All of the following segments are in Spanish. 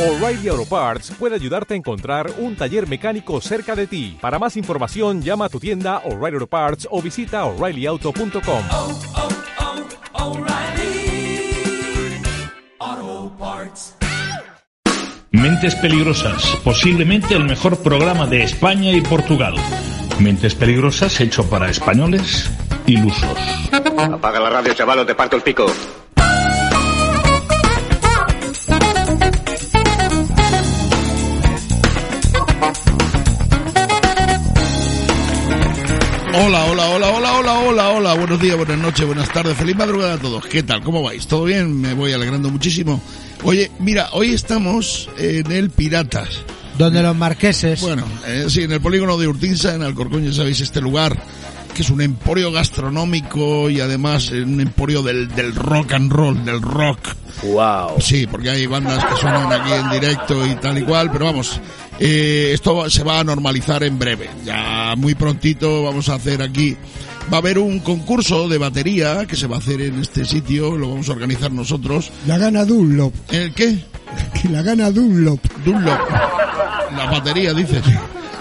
O'Reilly Auto Parts puede ayudarte a encontrar un taller mecánico cerca de ti. Para más información, llama a tu tienda O'Reilly Auto Parts o visita oreillyauto.com. oh, oh, O'Reilly. Auto Parts. Mentes Peligrosas, posiblemente el mejor programa de España y Portugal. Mentes Peligrosas hecho para españoles ilusos. Apaga la radio, chaval, o te parto el pico. Hola, hola, hola, hola, hola, hola, hola. Buenos días, buenas noches, buenas tardes. Feliz madrugada a todos. ¿Qué tal? ¿Cómo vais? ¿Todo bien? Me voy alegrando muchísimo. Oye, mira, hoy estamos en el Piratas. Donde los marqueses. Bueno, eh, sí, en el polígono de Urtinsa, en Alcorcón, ya sabéis, este lugar que es un emporio gastronómico y además eh, un emporio del, del rock and roll, del rock. Wow. Sí, porque hay bandas que suenan aquí en directo y tal y cual, pero vamos, eh, esto se va a normalizar en breve. Ya muy prontito vamos a hacer aquí. Va a haber un concurso de batería que se va a hacer en este sitio, lo vamos a organizar nosotros. La gana Dunlop. ¿El qué? Y la gana Dunlop. Dunlop. La batería, dices.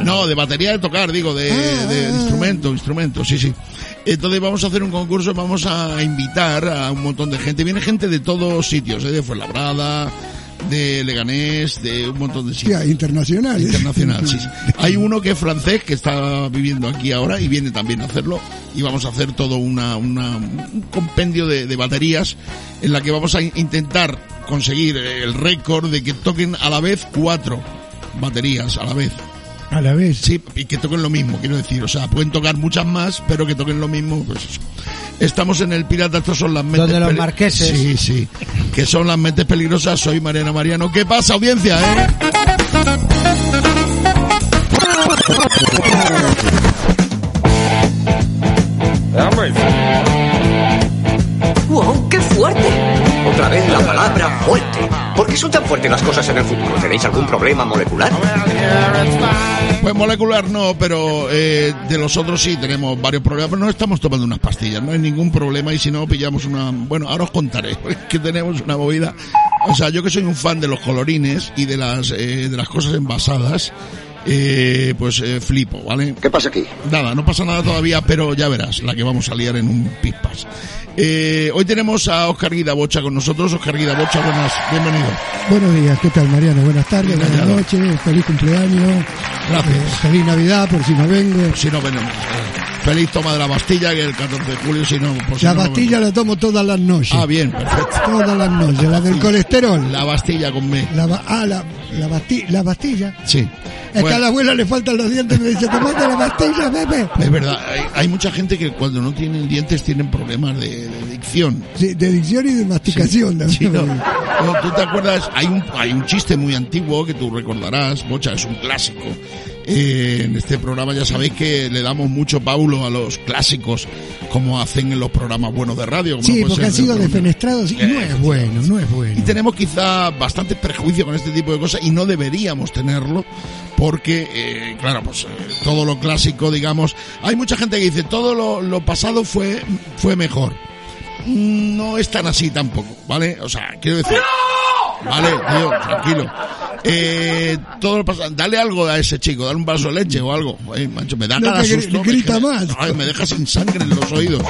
No, de batería de tocar, digo, de, de instrumento, instrumento, sí, sí. Entonces vamos a hacer un concurso, vamos a invitar a un montón de gente. Viene gente de todos sitios, ¿eh? de Fuenlabrada, de Leganés, de un montón de sitios. Hostia, internacional. ¿eh? Internacional, sí. sí. Hay uno que es francés, que está viviendo aquí ahora y viene también a hacerlo. Y vamos a hacer todo una, una- un compendio de, de baterías en la que vamos a in- intentar conseguir el récord de que toquen a la vez cuatro baterías a la vez. A la vez. Sí, y que toquen lo mismo, quiero decir. O sea, pueden tocar muchas más, pero que toquen lo mismo, pues eso. Estamos en el Pirata, estos son las mentes... Donde los peli- marqueses. Sí, sí. Que son las mentes peligrosas, soy Mariano Mariano. ¿Qué pasa, audiencia, eh? ¡Wow, qué fuerte! Otra vez la palabra fuerte. ¿Por qué son tan fuertes las cosas en el futuro? ¿Tenéis algún problema molecular? Pues molecular no, pero eh, de los otros sí tenemos varios problemas. No estamos tomando unas pastillas, no hay ningún problema. Y si no, pillamos una. Bueno, ahora os contaré que tenemos una movida. O sea, yo que soy un fan de los colorines y de las, eh, de las cosas envasadas, eh, pues eh, flipo, ¿vale? ¿Qué pasa aquí? Nada, no pasa nada todavía, pero ya verás la que vamos a liar en un pispas. Eh, hoy tenemos a Oscar Guida Bocha con nosotros. Oscar Guida Bocha, buenas, bienvenido. Buenos días, ¿qué tal Mariano? Buenas tardes, Bien buenas hallado. noches, feliz cumpleaños, eh, Gracias. feliz Navidad por si no vengo. si no venimos. Feliz toma de la Bastilla, que el 14 de julio, si no... por si La no, no pastilla la tomo todas las noches. venimos. Ah, bien, perfecto. Todas las noches, la del colesterol. La Bastilla con me. La, ba- ah, la, la, basti- la pastilla. Sí. Es que a Bueno, la abuela le faltan los dientes y me dice, tomate la pastilla, bebé. es verdad, hay, hay mucha gente que cuando no tienen dientes tienen problemas de, de adicción. Sí, de dicción y de masticación. ¿no? Sí, ¿no? No, ¿Tú te acuerdas? Hay un, hay un chiste muy antiguo que tú recordarás, Bocha, es un clásico. Eh, en este programa ya sabéis que le damos mucho paulo a los clásicos, como hacen en los programas buenos de radio. como Sí, no puede porque han ser de sido otra manera. defenestrados y no es bueno, no es Eh, Y bueno. tenemos quizá bastante prejuicio con este tipo de cosas y no deberíamos tenerlo porque, eh, claro, pues eh, todo lo clásico, digamos, hay mucha gente que dice todo lo, lo pasado fue, fue mejor. Mm, No es tan así tampoco, ¿vale? O sea, quiero decir... Vale, tío, tranquilo. Eh, todo lo pasado, dale algo a ese chico, dale un vaso de leche o algo. Ay, macho, me da No, cada que gri- susto, grita me- más. Ay, me deja sin sangre en los oídos.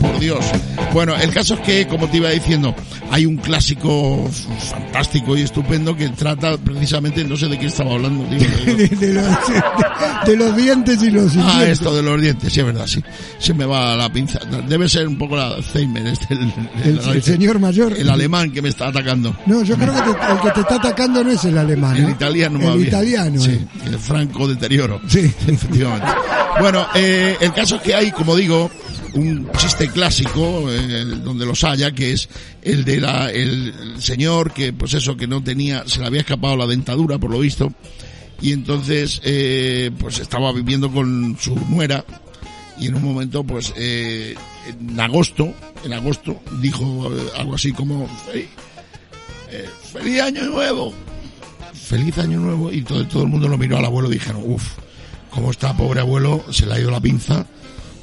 Por Dios. Bueno, el caso es que, como te iba diciendo, hay un clásico f- fantástico y estupendo que trata precisamente, no sé de qué estaba hablando, tío. pero- De, de los, de- de los dientes y los Ah, dientes. esto de los dientes, sí, es verdad, sí. Se me va la pinza. Debe ser un poco la Alzheimer, este, el, El, el señor mayor. el alemán que me está atacando. No, yo creo que te- el que te está atacando no es el alemán. El ¿eh? ¿no? italiano más El bien. italiano. Sí, eh. el franco deterioro. Sí. Efectivamente. Bueno, eh, el caso es que hay, como digo, un chiste clásico, eh, donde los haya, que es el de la, el, el señor que, pues eso, que no tenía, se le había escapado la dentadura, por lo visto, y entonces, eh, pues estaba viviendo con su nuera, y en un momento, pues, eh, en agosto, en agosto, dijo eh, algo así como, "Fe- eh, feliz año nuevo, feliz año nuevo y todo, todo el mundo lo miró al abuelo y dijeron, uff, como está pobre abuelo, se le ha ido la pinza,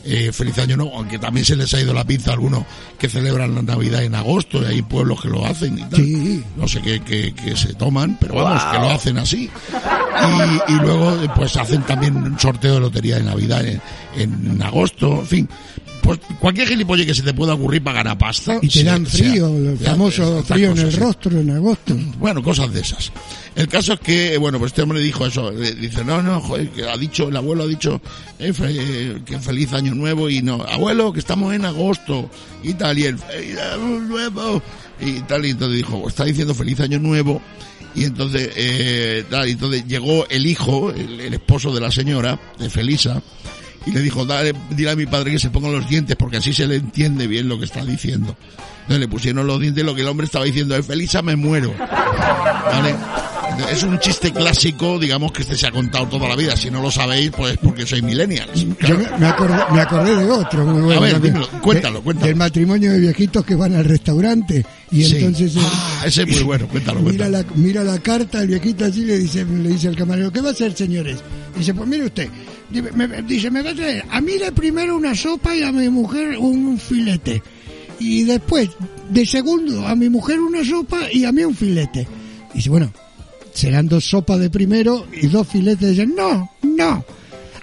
eh, feliz año nuevo, aunque también se les ha ido la pinza a algunos que celebran la Navidad en agosto, y hay pueblos que lo hacen y tal. Sí. No sé qué, qué- qué se toman, pero vamos, que lo hacen así. Y, y luego, eh, pues hacen también un sorteo de lotería de Navidad en, en agosto, en fin. Pues cualquier gilipolle que se te pueda ocurrir para ganar pasta. Y te se- dan se ha- frío, el se ha- famoso estas frío en cosas, el sí. rostro en agosto. Bueno, cosas de esas. El caso es que, bueno, pues este hombre dijo eso. eh, Dice, no, no, joder, que ha dicho, el abuelo ha dicho eh, fe- eh, que feliz año nuevo y no, abuelo, que estamos en agosto y tal, y el feliz año nuevo y tal, y entonces dijo, está diciendo feliz año nuevo y entonces, eh, tal, y entonces llegó el hijo, el, el esposo de la señora, de Felisa, y le dijo, dale, dile a mi padre que se ponga los dientes porque así se le entiende bien lo que está diciendo. Entonces le pusieron los dientes y lo que el hombre estaba diciendo es, Felisa, me muero. ¿Vale? Es un chiste clásico, digamos, que este se ha contado toda la vida. Si no lo sabéis, pues es porque sois millennials. Yo me- me acordé, me acordé de otro, muy bueno. A ver, también. dímelo, cuéntalo, De- cuéntalo. Del matrimonio de viejitos que van al restaurante y Sí. entonces... eh, Ah, ese es muy bueno, cuéntalo, Mira cuéntalo. la, mira la carta, el viejito así le dice, le dice al camarero, ¿qué va a hacer, señores? Dice, pues mire usted, Dice, me- dice, me va a traer a mí de primero una sopa y a mi mujer un filete. Y después, de segundo, a mi mujer una sopa y a mí un filete. Dice, bueno, serán dos sopas de primero y dos filetes. Dice, no, no.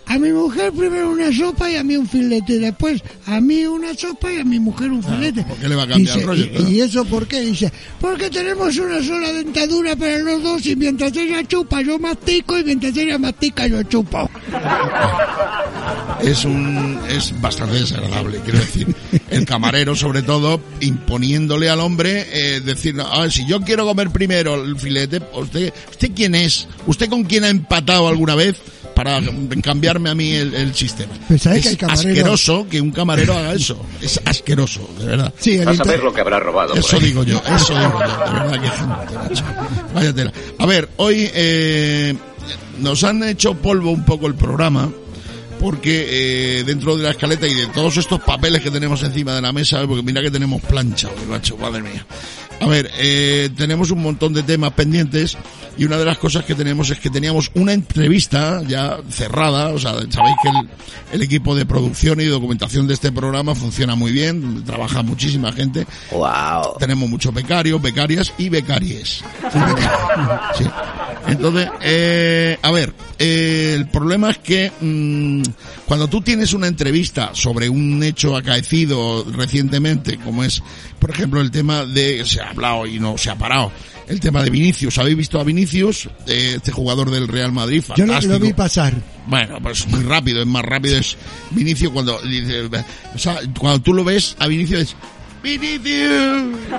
A mi mujer primero una sopa y a mí un filete. Después a mí una sopa y a mi mujer un filete. Ah, ¿por qué le va a cambiar Dice, el rollo, "¿Y- claro?" ¿Y eso por qué? Dice, porque tenemos una sola dentadura para los dos y mientras ella chupa yo mastico y mientras ella mastica yo chupo. es un es bastante desagradable quiero decir el camarero sobre todo imponiéndole al hombre eh, decir "Ah, si yo quiero comer primero el filete usted usted quién es usted con quién ha empatado alguna vez para cambiarme a mí el, el sistema Pero ¿sabes es que el camarero- asqueroso que un camarero haga eso es asqueroso de verdad Sí, el Vas a inter- ver lo que habrá robado. eso por ahí. digo yo, eso digo yo. De verdad que gente, macho. Vaya tela. A ver, hoy eh, nos han hecho polvo un poco el programa. Porque eh, dentro de la escaleta y de todos estos papeles que tenemos encima de la mesa, eh, porque mira que tenemos plancha hoy, macho, madre mía. A ver, eh, tenemos un montón de temas pendientes y una de las cosas que tenemos es que teníamos una entrevista ya cerrada, o sea, sabéis que el, el equipo de producción y documentación de este programa funciona muy bien, trabaja muchísima gente, Guau. tenemos muchos becarios, becarias y becaries. Sí, beca- sí. Entonces, eh, a ver, eh, el problema es que mm, cuando tú tienes una entrevista sobre un hecho acaecido recientemente, como es, por ejemplo, el tema de, se ha hablado y no se ha parado, el tema de Vinicius. ¿Habéis visto a Vinicius? Eh, este jugador del Real Madrid, yo fantástico. lo, lo vi pasar. Bueno, pues muy rápido, es más rápido es Vinicio cuando dice, o sea, cuando tú lo ves a Vinicio es Vinicio,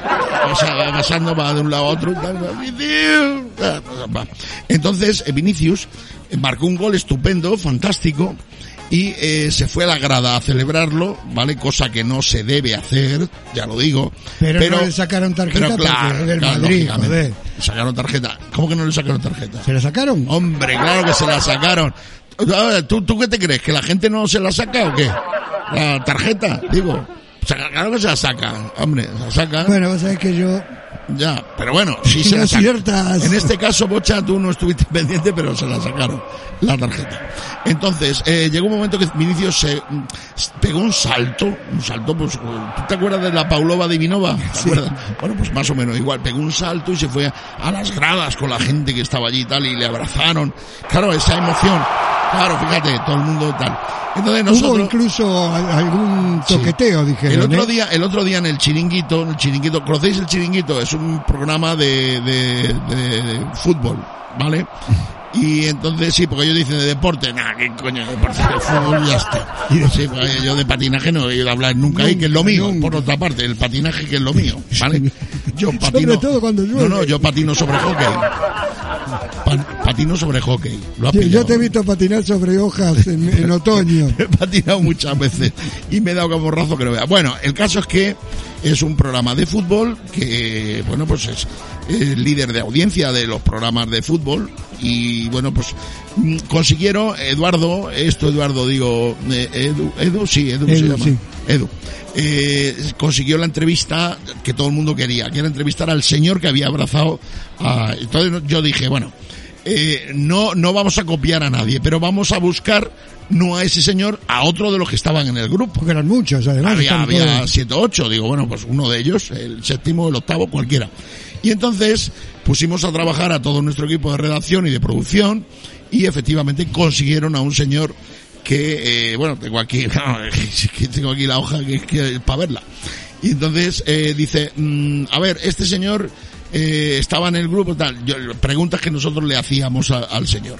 o sea, va pasando va de un lado a otro, y tal, va, Vinicius. Ah, va. entonces eh, Vinicius eh, marcó un gol estupendo, fantástico y eh, se fue a la grada a celebrarlo, vale, cosa que no se debe hacer, ya lo digo, Pero no le sacaron tarjeta pero porque claro, es del claro, Madrid, lógicamente. joder. sacaron tarjeta, ¿cómo que no le sacaron tarjeta? ¿Se la sacaron? Hombre, claro que se la sacaron. Ahora, ¿Tú, ¿Tú qué te crees? ¿Que la gente no se la saca o qué? La tarjeta, digo. O sea, Claro que se la saca, hombre, se la saca. Bueno, vos sabés que yo... Ya, pero bueno, sí se No la saca. ciertas. En este caso, Bocha, tú no estuviste pendiente, pero se la sacaron, la tarjeta. Entonces, eh, llegó un momento que Vinicius se mm, s- pegó un salto, un salto, pues, eh, ¿tú te acuerdas de la Paulova Divinova? ¿Te acuerdas? Bueno, pues más o menos igual, pegó un salto y se fue a, a las gradas con la gente que estaba allí y tal, y le abrazaron. Claro, esa emoción. Claro, fíjate, todo el mundo tal. Entonces Hubo nosotros... incluso a- algún toqueteo, ¿eh? dije. El otro día, el otro día en el chiringuito, en el chiringuito, ¿conocéis el chiringuito? Es un programa de, de- de- de fútbol, ¿vale? Y entonces sí, porque ellos dicen de deporte, nah, qué coño de deporte, de fútbol ya está. Sí, porque yo de patinaje no he ido a hablar nunca, ahí, que es lo mío, nunca. por otra parte, el patinaje que es lo mío, ¿vale? Yo patino. todo cuando llueve. No, no, yo patino sobre hockey. Pa- patino sobre hockey. Lo has Yo, pillado, yo te he ¿no? visto patinar sobre hojas en, en otoño. He patinado muchas veces y me he dado caborrazo que no vea. Bueno, el caso es que es un programa de fútbol que, bueno, pues es, eh, líder de audiencia de los programas de fútbol y, bueno, pues mm, consiguieron, Eduardo, esto Eduardo digo, eh, Edu, Edu, sí, Edu, se Edu, llama. sí. Edu, eh, consiguió la entrevista que todo el mundo quería, que era entrevistar al señor que había abrazado a... Entonces yo dije, bueno, eh, no, no vamos a copiar a nadie, pero vamos a buscar no a ese señor, a otro de los que estaban en el grupo. Porque eran muchos, Pues además. Había, están había todos- siete o ocho, digo, bueno, pues uno de ellos, el séptimo, el octavo, cualquiera. Y entonces pusimos a trabajar a todo nuestro equipo de redacción y de producción y efectivamente consiguieron a un señor que, eh, bueno, tengo aquí, es que tengo aquí la hoja que, que para verla. Y entonces eh, dice, mm, a ver, este señor eh, estaba en el grupo, tal, yo, preguntas que nosotros le hacíamos a- al señor.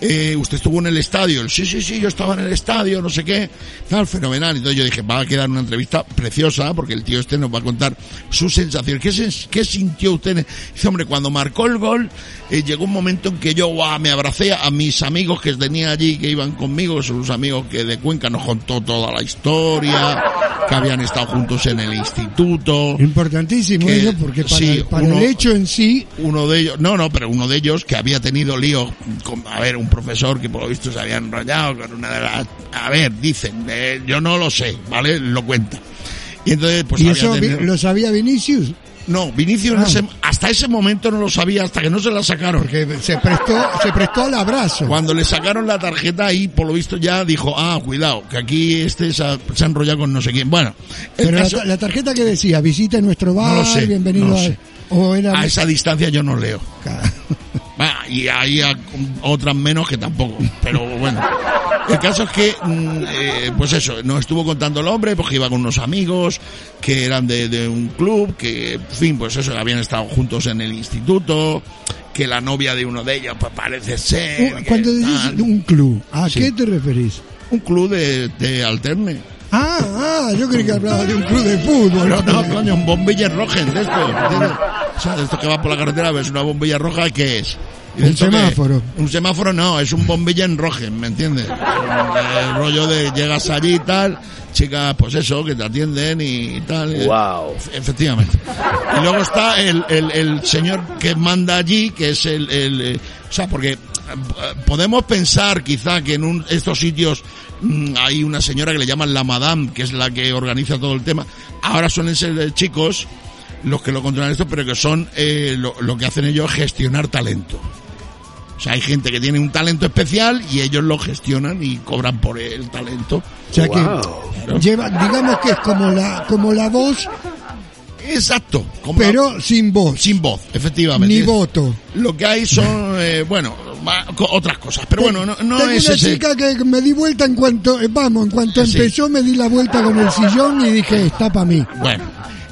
Eh, usted estuvo en el estadio, Él, sí, sí, sí, yo estaba en el estadio, no sé qué, tal, fenomenal. Entonces yo dije, va a quedar una entrevista preciosa, porque el tío este nos va a contar su sensación. ¿Qué, sens- qué sintió usted? en el- Dice, hombre, cuando marcó el gol, eh, llegó un momento en que yo guau, me abracé a mis amigos que tenía allí, que iban conmigo, que son unos amigos que de Cuenca nos contó toda la historia, que habían estado juntos en el instituto. Importantísimo que- eso, porque para, sí, para uno- el hecho en sí, uno de ellos, no, no, pero uno de ellos que había tenido lío con, a ver, un profesor que por lo visto se había enrollado con una de las, a ver, dicen, eh, yo no lo sé, ¿vale? Lo cuenta. Y entonces, pues y había eso vi- tenido- lo sabía Vinicius, No, Vinicius en Ah. ese- hasta ese momento no lo sabía, hasta que no se la sacaron. porque se prestó, se prestó al abrazo. Cuando le sacaron la tarjeta ahí, por lo visto ya dijo, ah, cuidado, que aquí este se ha, se ha enrollado con no sé quién. Bueno, el Pero la, caso- ta- la tarjeta que decía, visite nuestro bar, No lo sé, bienvenido no lo a... sé. O era... a esa distancia yo no leo. Va, y hay a- otras menos que tampoco, pero bueno. El caso es que, mm, eh, pues eso, nos estuvo contando el hombre, porque iba con unos amigos que eran de, de un club, que, en fin, pues eso, habían estado juntos en el instituto, que la novia de uno de ellos, pues parece ser. Un- que Uh, cuando decís tal. un club, ¿a Sí. qué te referís? Un club de, de alterne. Ah, ah, yo creí que hablaba de un club de fútbol. No, no, coño, un bombilla roja de esto. ¿entiendes? O sea, de esto que va por la carretera, ves una bombilla roja, ¿qué es? Y de Un esto que- semáforo. un semáforo no, es un bombilla en roja, ¿me entiendes? El rollo de llegas allí y tal, chicas, pues eso, que te atienden y tal. Wow. Efectivamente. Y luego está el, el, el señor que manda allí, que es el, el, eh, o sea, porque eh, podemos pensar quizá que en un- estos sitios mm, hay una señora que le llaman la madame, que es la que organiza todo el tema. Ahora suelen ser eh, chicos los que lo controlan esto, pero que son, eh, lo, lo que hacen ellos es gestionar talento. O sea, hay gente que tiene un talento especial y ellos lo gestionan y cobran por el talento. O sea que Claro. lleva, digamos que es como la, como la voz, Exacto. como- pero sin voz, sin voz, efectivamente. ni voto. Lo que hay son, eh, bueno, ma- co- otras cosas. Pero bueno, no, no Tengo es una ese. chica que me di vuelta en cuanto, eh, vamos, en cuanto Sí. empezó me di la vuelta con el sillón y dije, está para mí. Bueno,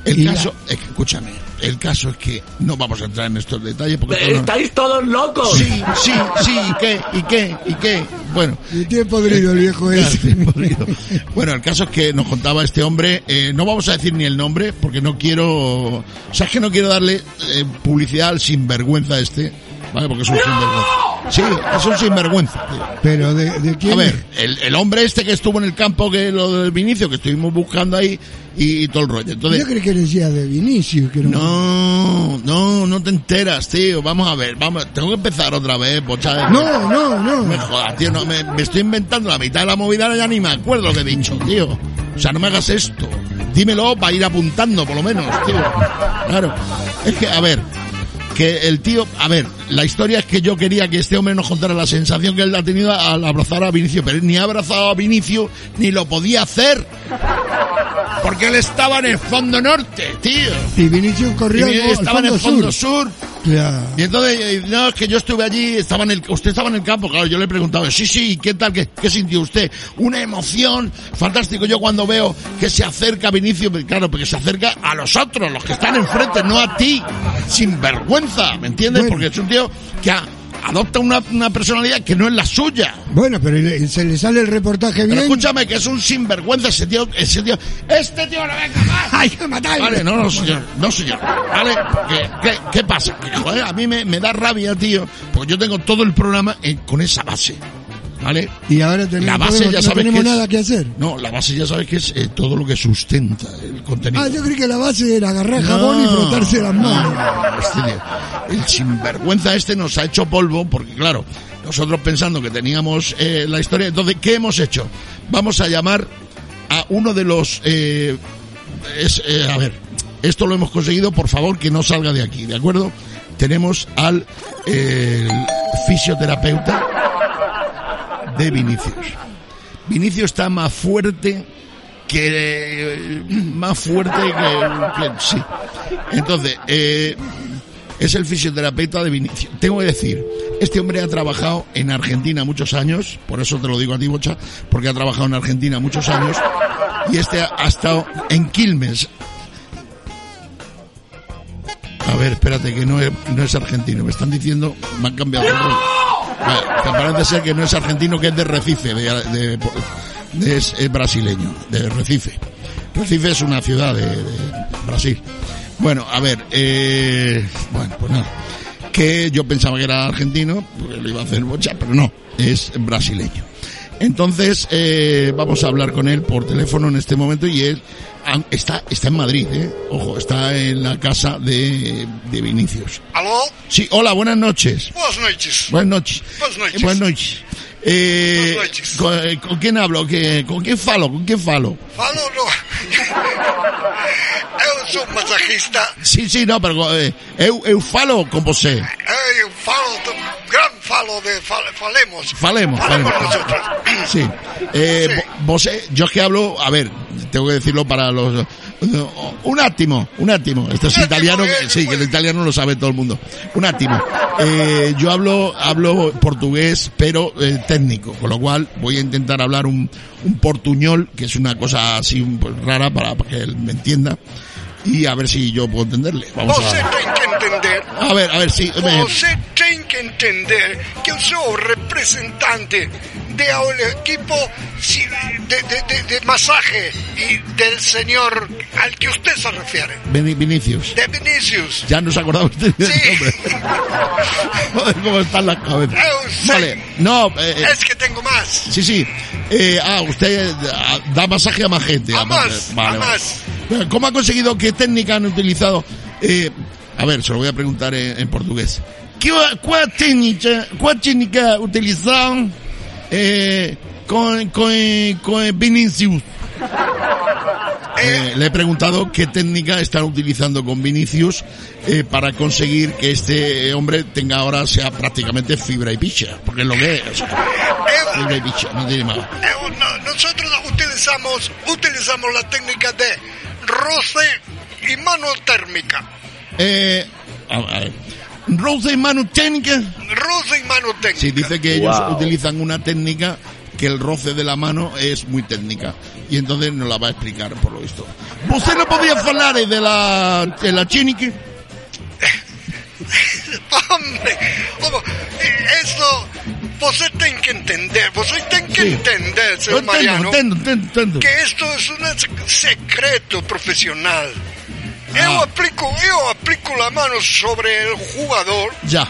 el Y la- caso, es que, escúchame, el caso es que no vamos a entrar en estos detalles porque... todo no- Estáis todos locos. Sí, sí, sí, ¿y qué? ¿Y qué? ¿Y qué? Bueno, Y tiene podrido el viejo Claro, ese. bien podrido. Bueno, el caso es que nos contaba este hombre, eh, no vamos a decir ni el nombre porque no quiero, o sea, es que no quiero darle eh, publicidad al sinvergüenza este, ¿vale? Porque es un sinvergüenza. Sí, es un sinvergüenza. tío. Pero de, de quién A es? ver, el, el hombre este que estuvo en el campo, que lo del Vinicio, que estuvimos buscando ahí y, todo el rollo. Yo Entonces, creí que decía de Vinicius, que era un- no, no, no te enteras, tío. Vamos a ver, vamos, tengo que empezar otra vez, pocha. No, no, Me no. jodas, tío, no, me, me estoy inventando la mitad de la movida, ahora ya ni me acuerdo lo que he dicho, tío. O sea, no me hagas esto. Dímelo para ir apuntando, por lo menos, tío. Claro. Es que, a ver, que el tío, a ver, la historia es que yo quería que este hombre nos contara la sensación que él ha tenido al abrazar a Vinicio, pero él ni ha abrazado a Vinicio, ni lo podía hacer. Porque él estaba en el fondo norte, tío. Y Vinicius Y corrió al estaba en el fondo sur. sur Claro. y entonces, eh, no, es que yo estuve allí, estaba en el, usted estaba en el campo, claro, yo le he preguntado, sí, sí, ¿qué tal, qué, qué sintió usted? Una emoción, fantástico, yo cuando veo que se acerca Vinicio, pues, claro, porque se acerca a los otros, los que están enfrente, no a ti, sin vergüenza, ¿me entiendes? Bueno. Porque es un tío que a- adopta una, una personalidad que no es la suya. Bueno, pero le- se le sale el reportaje Pero bien. escúchame, que es un sinvergüenza ese tío, ese tío, este tío no venga más. ¡Ay, que matarle! Vale, no, no, señor, no, señor. Vale, ¿qué, qué, qué pasa? Que, joder, a mí me, me da rabia, tío, porque yo tengo todo el programa en- con esa base. ¿Vale? Y ahora tenemos, La base podemos- ya no sabes tenemos que es- nada que hacer. No, la base ya sabes que es eh, todo lo que sustenta el contenido. Ah, yo creí que la base era agarrar No, jabón y frotarse las manos. no, no, este tío, el sinvergüenza este nos ha hecho polvo porque, claro, nosotros pensando que teníamos eh, la historia. Entonces, ¿qué hemos hecho? Vamos a llamar a uno de los... eh, es, eh, a ver, esto lo hemos conseguido, por favor, que no salga de aquí, ¿de acuerdo? Tenemos al... eh, el- fisioterapeuta de Vinicius. Vinicius está más fuerte que más fuerte que, que- sí. Entonces, eh, es el fisioterapeuta de Vinicius. Tengo que decir, este hombre ha trabajado en Argentina muchos años, por eso te lo digo a ti, Bocha, porque ha trabajado en Argentina muchos años, y este ha, ha estado en Quilmes. A ver, espérate, que no es, no es argentino. Me están diciendo, me han cambiado. el rol. Vale, que parece ser que no es argentino, que es de Recife, de, de- de- es, es brasileño, de Recife. Recife es una ciudad de, de Brasil. Bueno, a ver, eh, bueno, pues nada. Que yo pensaba que era argentino, pues lo iba a hacer bocha, pero no, es brasileño. Entonces, eh, vamos a hablar con él por teléfono en este momento y él ah, está, está en Madrid, eh. Ojo, está en la casa de, de Vinicius. ¿Aló? Sí, hola, buenas noches. Buenas noches. Buenas noches. Buenas noches. Eh, Buenas noches. Eh, Buenas noches. ¿con, eh, con quién hablo? ¿Qué- ¿Con quién falo? ¿Con quién falo? Aló, Ah, no. Eu sou massagista. Sí, sí, no, pero eh, eu, eu falo con vos. Eu falo, de- gran falo de fal- falemos. Falemos, Falemos falemos. nosotros. Sí. Eh, vo- Vos, eh, yo es que hablo, a ver, tengo que decirlo para los... Un átimo, un átimo. Este es Un átimo, italiano, que- eh, sí, que el pues. italiano lo sabe todo el mundo. Un átimo. Eh, yo hablo, hablo portugués, pero eh, técnico, con lo cual voy a intentar hablar un, un portuñol, que es una cosa así un- pues, rara para, para que él me entienda, y a ver si yo puedo entenderle. Vamos Você a, tem que entender. a ver, a ver si... me- Você tem que entender que eu sou o representante del equipo si- de, de, de- de masaje y del señor al que usted se refiere, Vini- Vinicius. de Vinicius. Ya nos acordamos usted del Sí. nombre. Joder, cómo están las cabezas. Eu sei. Vale, no, eh, eh, Es que tengo más. sí, sí. Eh, ah, usted eh, da masaje a más gente. A aparte. más, vale, a vale. más. Bueno, ¿Cómo ha conseguido qué técnica han utilizado? Eh, a ver, se lo voy a preguntar en, en portugués. ¿Qué, ¿Cuál técnica, cuál técnica utilizaron eh, con, con, con Vinicius? Eh, le he preguntado qué técnica están utilizando con Vinicius eh, para conseguir que este hombre tenga ahora sea prácticamente fibra y picha, porque es lo que es. o sea, Eu- fibra y picha, no tiene más. Eh, no- Nosotros utilizamos, utilizamos la técnica de roce y mano térmica. Eh, a, a ver. Rosa y Manu técnica. Roce y mano térmica. Sí, dice que ellos utilizan una técnica que el roce de la mano es muy técnica y entonces nos la va a explicar por lo visto. ¿Usted no podía hablar de la de la técnica? Hombre, como, eh, eso, vos tenés que entender, vos tenés que Sí. entender, Yo señor entiendo, Mariano, entiendo, entiendo, entiendo. que esto es un sec- secreto profesional. Yo, Ah. aplico, yo aplico la mano sobre el jugador Ya.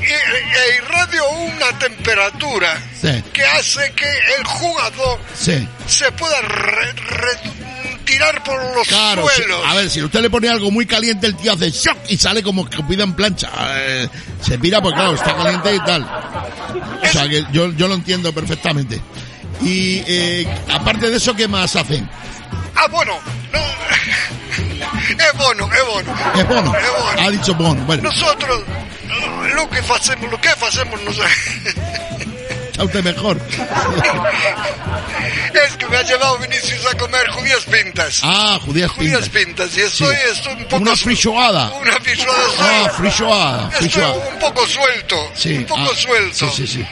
y, e irradio una temperatura Sí. que hace que el jugador Sí. se pueda re- re- tirar por los Claro, si- suelos. a ver, si usted le pone algo muy caliente, el tío hace shock y sale como que pida en plancha. Eh, se pira porque, claro, está caliente y tal. O sea, que yo, yo lo entiendo perfectamente. Y eh, aparte de eso, ¿qué más hacen? Ah, bueno, no. es bueno, es bueno. Es bono. Es bueno. Ha dicho bono. Bueno, Nosotros, lo que hacemos, lo que hacemos nos- está usted mejor. es que me ha llevado Vinicius a comer judías pintas. Ah, judías judías pintas. pintas, y estoy, Sí. estoy un poco. Una frijoada. Una frijoada Ah, suelta. frijoada. Estoy frijoada. un poco suelto. Sí. un poco ah, suelto. Sí, sí, sí.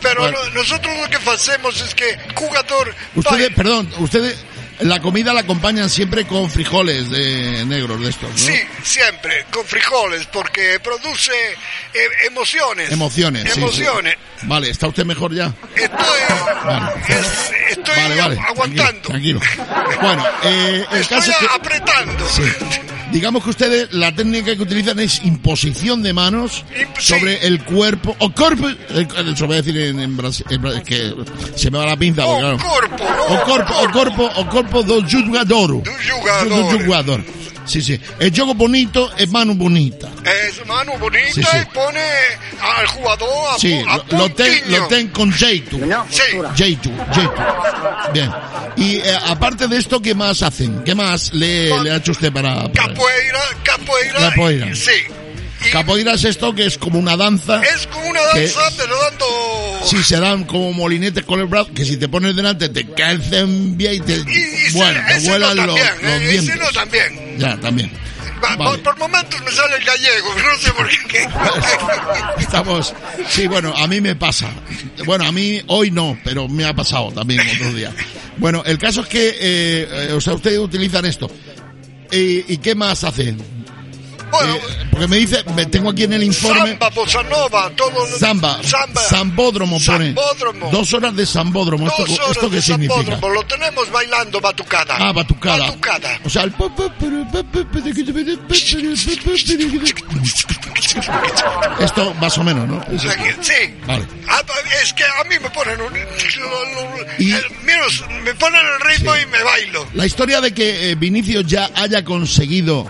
Pero Bueno. no- nosotros lo que hacemos es que jugador. Ustedes, perdón, ustedes la comida la acompañan siempre con frijoles de negros de estos, ¿no? Sí, siempre, con frijoles, porque produce eh, emociones. Emociones. sí, sí. Emociones. Vale, ¿está usted mejor ya? Estoy, Vale. es- estoy vale, vale. aguantando. Tranquilo. tranquilo. Bueno, eh, el Estoy caso es que... apretando. Sí. Digamos que ustedes la técnica que utilizan es imposición de manos Imp- sí. sobre el cuerpo o cuerpo, eh, eso voy a decir en, en Brasil, en Brasil, que se me va la pinta, O porque, claro. Oh, corpo, no, o corpo, o corpo. corpo, o corpo do jogador. Do jogador. Do jogador. Sí, sí. El juego bonito es mano bonita. Es mano bonita Sí, sí. y pone al jugador a, Sí, pu- a lo, lo ten, puntiño. lo ten con jeito. Sí. Jeito, jeito. Bien. Y eh, aparte de esto, ¿qué más hacen? ¿Qué más le, le ha hecho usted para... para- Capoeira, capoeira. Capoeira. Sí. Capoeiras esto que es como una danza. Es como una danza, pero dando. Si se dan como molinetes con el brazo, que si te pones delante te calcen bien y te. Y bueno, ese te vuelan no los, también, los eh, ese dientes. no también. Ya, también. Va- Vale. por, por momentos me sale el gallego, no sé por qué. Estamos. Sí, bueno, a mí me pasa. Bueno, a mí hoy no, pero me ha pasado también otro día. Bueno, el caso es que, eh, eh, o sea, ustedes utilizan esto. Eh, ¿Y, y qué más hacen? Bueno, Eh, porque me dice, me tengo aquí en el informe. samba, bossa nova, todo lo- Samba, samba. Sambódromo pone. Sambódromo. Dos horas de Sambódromo. ¿Esto, Dos horas esto qué de significa? Sambódromo, lo tenemos bailando batucada. Ah, batucada. Batucada. O sea, el... Esto más o menos, ¿no? O sea que- Sí. Vale. Ah, Es que a mí me ponen un... lo- lo- Y- el- menos, me ponen el ritmo y me bailo. La historia de que eh, Vinicius ya haya conseguido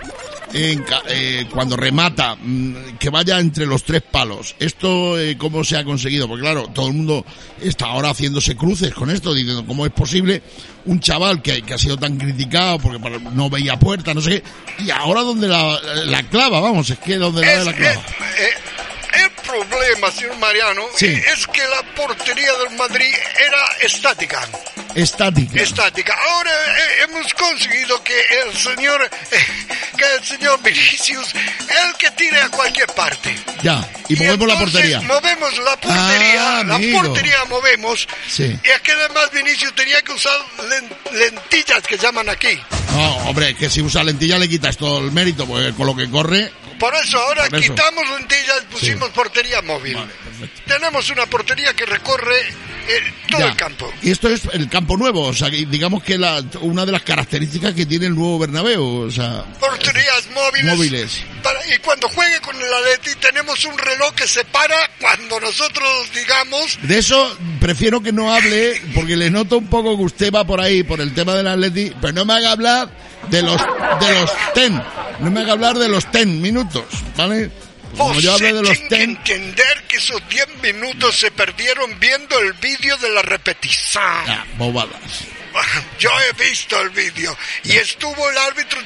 en ca- eh, cuando remata mm, que vaya entre los tres palos. Esto eh, cómo se ha conseguido? Porque claro, todo el mundo está ahora haciéndose cruces con esto, diciendo cómo es posible un chaval que, que ha sido tan criticado porque para- no veía puerta, no sé qué, y ahora donde la, la clava, vamos, es que donde la, Es- la clava. es- eh, el problema, señor Mariano, Sí. es que la portería del Madrid era estática. Estática. Estática. Ahora eh, hemos conseguido que el señor, eh, que el señor Vinicius, el que tire a cualquier parte. Ya. Y movemos la entonces portería. Movemos la portería, Ah, la amigo. portería movemos. Sí. Y es que además Vinicius tenía que usar len- lentillas que llaman aquí. No, hombre, que si usa lentilla le quitas todo el mérito, porque con lo que corre, Por eso ahora Por eso. quitamos lentillas, pusimos portería móvil. Vale, perfecto. Tenemos una portería que recorre eh, todo Ya. el campo. Y esto es el campo nuevo, o sea, que digamos que la, una de las características que tiene el nuevo Bernabéu, o sea, Porterías móviles. Móviles. Para- y cuando juegue con el Atleti tenemos un reloj que se para cuando nosotros digamos de eso prefiero que no hable porque le noto un poco que usted va por ahí por el tema del Atleti, pero no me haga hablar de los de los ten, no me haga hablar de los ten minutos, ¿vale? Como Vos yo hablo de los tienen que ten, entender que esos 10 minutos se perdieron viendo el vídeo de la repetición. ya, bobadas. Yo he visto el vídeo y Ah. estuvo el árbitro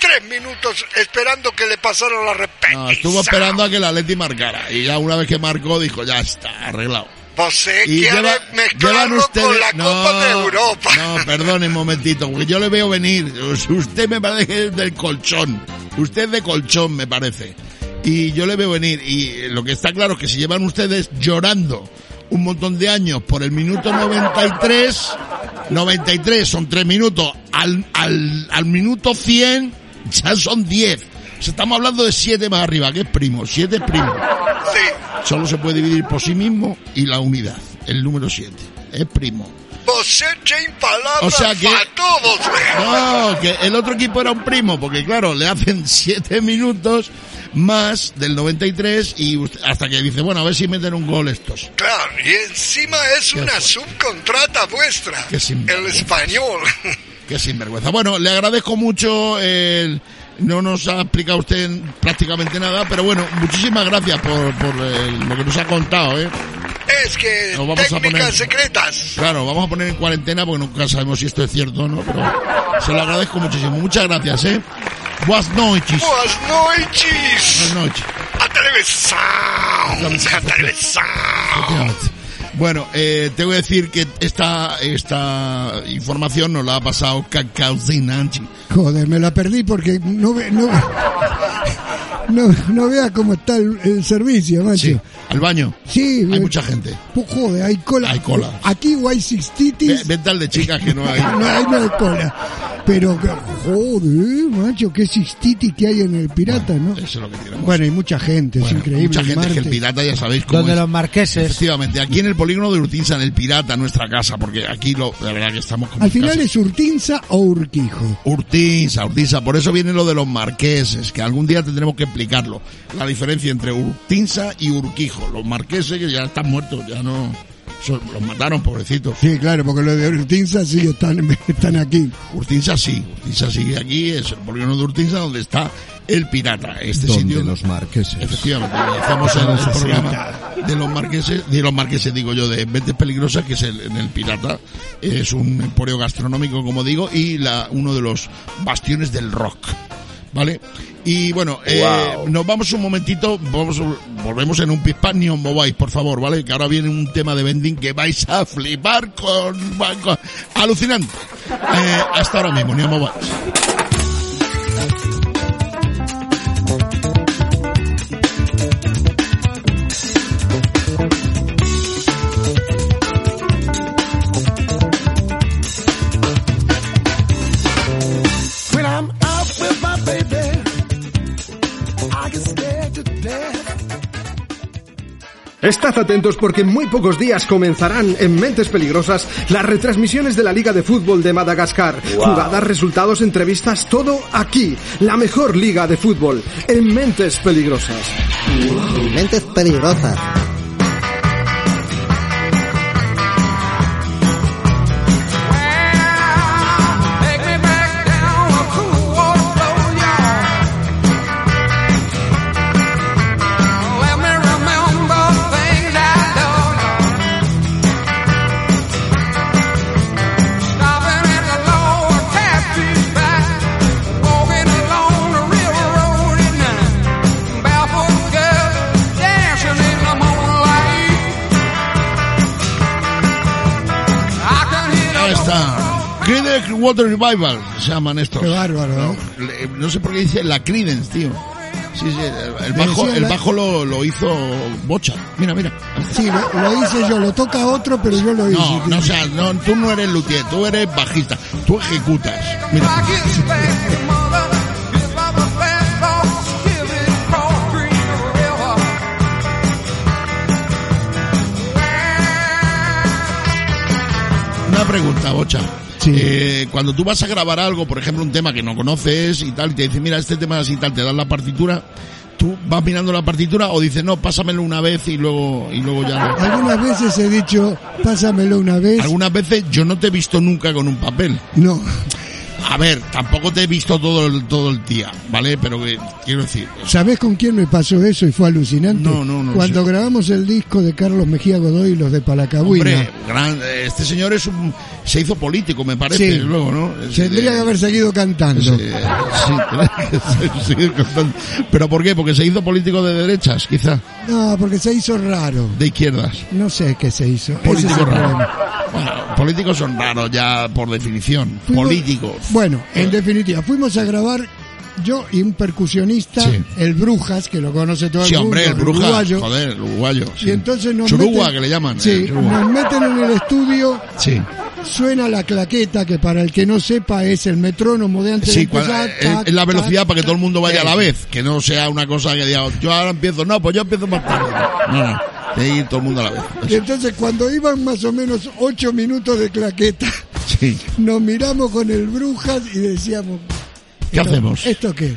tres minutos esperando que le pasaran la repetición. No, estuvo esperando a que el Atleti marcara y ya una vez que marcó dijo, ya está, arreglado. José Y quiere lleva- llevan mezclarlo ustedes con la Copa de Europa. No, perdone un momentito, porque yo le veo venir. Usted me parece que es del colchón. Usted es de colchón, me parece. Y yo le veo venir. Y lo que está claro es que si llevan ustedes llorando un montón de años por el minuto 93, 93 son 3 minutos, al, al, al minuto 100 ya son 10. O sea, estamos hablando de 7 más arriba, que es primo, 7 es primo Sí, solo se puede dividir por sí mismo y la unidad, el número 7, es primo. José tiene palabras O sea que- para todos. No, que el otro equipo era un primo, porque claro, le hacen 7 minutos más del 93 y usted- hasta que dice, bueno, a ver si meten un gol estos. Claro, y encima es Qué una fuerte. subcontrata vuestra, Qué el sinvergüenza. español. Qué sinvergüenza. Bueno, le agradezco mucho el... No nos ha explicado usted prácticamente nada, pero bueno, muchísimas gracias por, por, eh, lo que nos ha contado, ¿eh? Es que Nos vamos a técnicas poner- secretas. Claro, vamos a poner en cuarentena porque nunca sabemos si esto es cierto o no, pero se lo agradezco muchísimo. Muchas gracias, ¿eh? Buenas noches. Buenas noches. Buenas noches. A televisión. A televisión. Efectivamente. Bueno, eh, te voy a decir que esta, esta información nos la ha pasado Cacauzinanchi. Joder, me la perdí porque no ve- no, no, no veas cómo está el, el servicio, macho. Sí, al baño. Sí, Hay eh, mucha gente. pues, joder, hay cola. Hay cola. Aquí White Ve- Sixtitis. Vete al de chicas que no hay. No hay, no hay cola. Pero, joder, macho, qué Sixtitis que hay en el pirata, ¿no? Eso es lo que tenemos. Bueno, hay mucha gente, es Bueno, increíble. Mucha gente es que el Marte. pirata ya sabéis cómo Donde es. los marqueses. Efectivamente, aquí en el polígono de Urtinsa, en el pirata, nuestra casa, porque aquí lo, la verdad que estamos como Al en final casa. es Urtinza o Urquijo. Urtinsa, Urtinsa, por eso viene lo de los marqueses, que algún día tendremos que explicarlo. La diferencia entre Urtinsa y Urquijo. Los marqueses que ya están muertos, ya no. son- los mataron, pobrecitos. Sí, claro, porque los de Urtinza sí están, están aquí. Urtinsa sí, Urtinsa sigue aquí, es el polígono de Urtinsa donde está el pirata. Este donde sitio. los marqueses. Efectivamente, donde hacemos el, el programa de los marqueses, de los marqueses digo yo, de Mentes Peligrosas, que es el, en el Pirata, es un emporio gastronómico, como digo, y la, uno de los bastiones del rock. ¿vale? Y bueno, eh, nos vamos un momentito, vamos, volvemos en un Pispanion Mobile, por favor, ¿vale? Que ahora viene un tema de vending que vais a flipar con... con- alucinante. Eh, hasta ahora mismo, Neon Mobile. When I'm out with my baby, I get scared to death. Estad atentos porque en muy pocos días comenzarán en Mentes Peligrosas las retransmisiones de la Liga de Fútbol de Madagascar. Jugadas, resultados, entrevistas, todo aquí. La mejor liga de fútbol en Mentes Peligrosas. Mentes peligrosas. Take me back down a cool water flow, y'all. Let me remember things I don't know. Stopping at the lower taxi back, walking along the railroad at night. Barefoot girls dancing in the moonlight. I can hear Ahí the está. Creedence Water Revival se llaman estos. Qué bárbaro, ¿eh? No, le- no sé por qué dice la Creedence, tío. Sí, sí, el- el bajo, el bajo lo, lo hizo Bocha. Mira, mira. Sí, lo, lo hice yo, lo toca otro, pero yo lo hice. No, no, o sea, no, tú no eres luthier, tú eres bajista, tú ejecutas. Mira. Una pregunta, Bocha. Sí. Eh, cuando tú vas a grabar algo, por ejemplo, un tema que no conoces y tal, y te dicen, mira, este tema es así y tal, te dan la partitura, ¿tú vas mirando la partitura o dices, no, pásamelo una vez y luego, y luego ya lo-"? Algunas veces he dicho, pásamelo una vez. Algunas veces yo no te he visto nunca con un papel. No, A ver, tampoco te he visto todo el, todo el día, ¿vale? Pero que, quiero decir, ¿sabés con quién me pasó eso y fue alucinante? No, no, no Cuando sé. grabamos el disco de Carlos Mejía Godoy y los de Palacabuina. hombre, gran- este señor es un, se hizo político, me parece, Sí. luego, ¿no? Es Tendría de- que haber seguido cantando. Sí, sí, tendría que ser- seguir contando. Pero ¿por qué? Porque se hizo político de derechas, quizá, No, porque se hizo raro. de izquierdas. No sé qué se hizo. Ese es Político el raro. problema. Bueno, políticos son raros ya por definición. Fuimos- Políticos. Bueno, en definitiva, fuimos a grabar yo y un percusionista, Sí. el Brujas, que lo conoce todo Sí, el mundo. hombre, el bruja, uruguayo. joder, el uruguayo. sí. Y entonces nos Churúa, meten- que le llaman. Sí, eh, churúa. nos meten en el estudio, Sí. suena la claqueta, que para el que no sepa es el metrónomo de antes Sí, de empezar, cuando- es- tac, es la tac, velocidad para que tac. todo el mundo vaya a la vez, que no sea una cosa que diga, yo ahora empiezo, no, pues yo empiezo más tarde. No, no, tiene que ir todo el mundo a la vez. Y entonces cuando iban más o menos ocho minutos de claqueta, Sí. nos miramos con el Brujas y decíamos... ¿Qué "Esto- hacemos?" ¿Esto qué?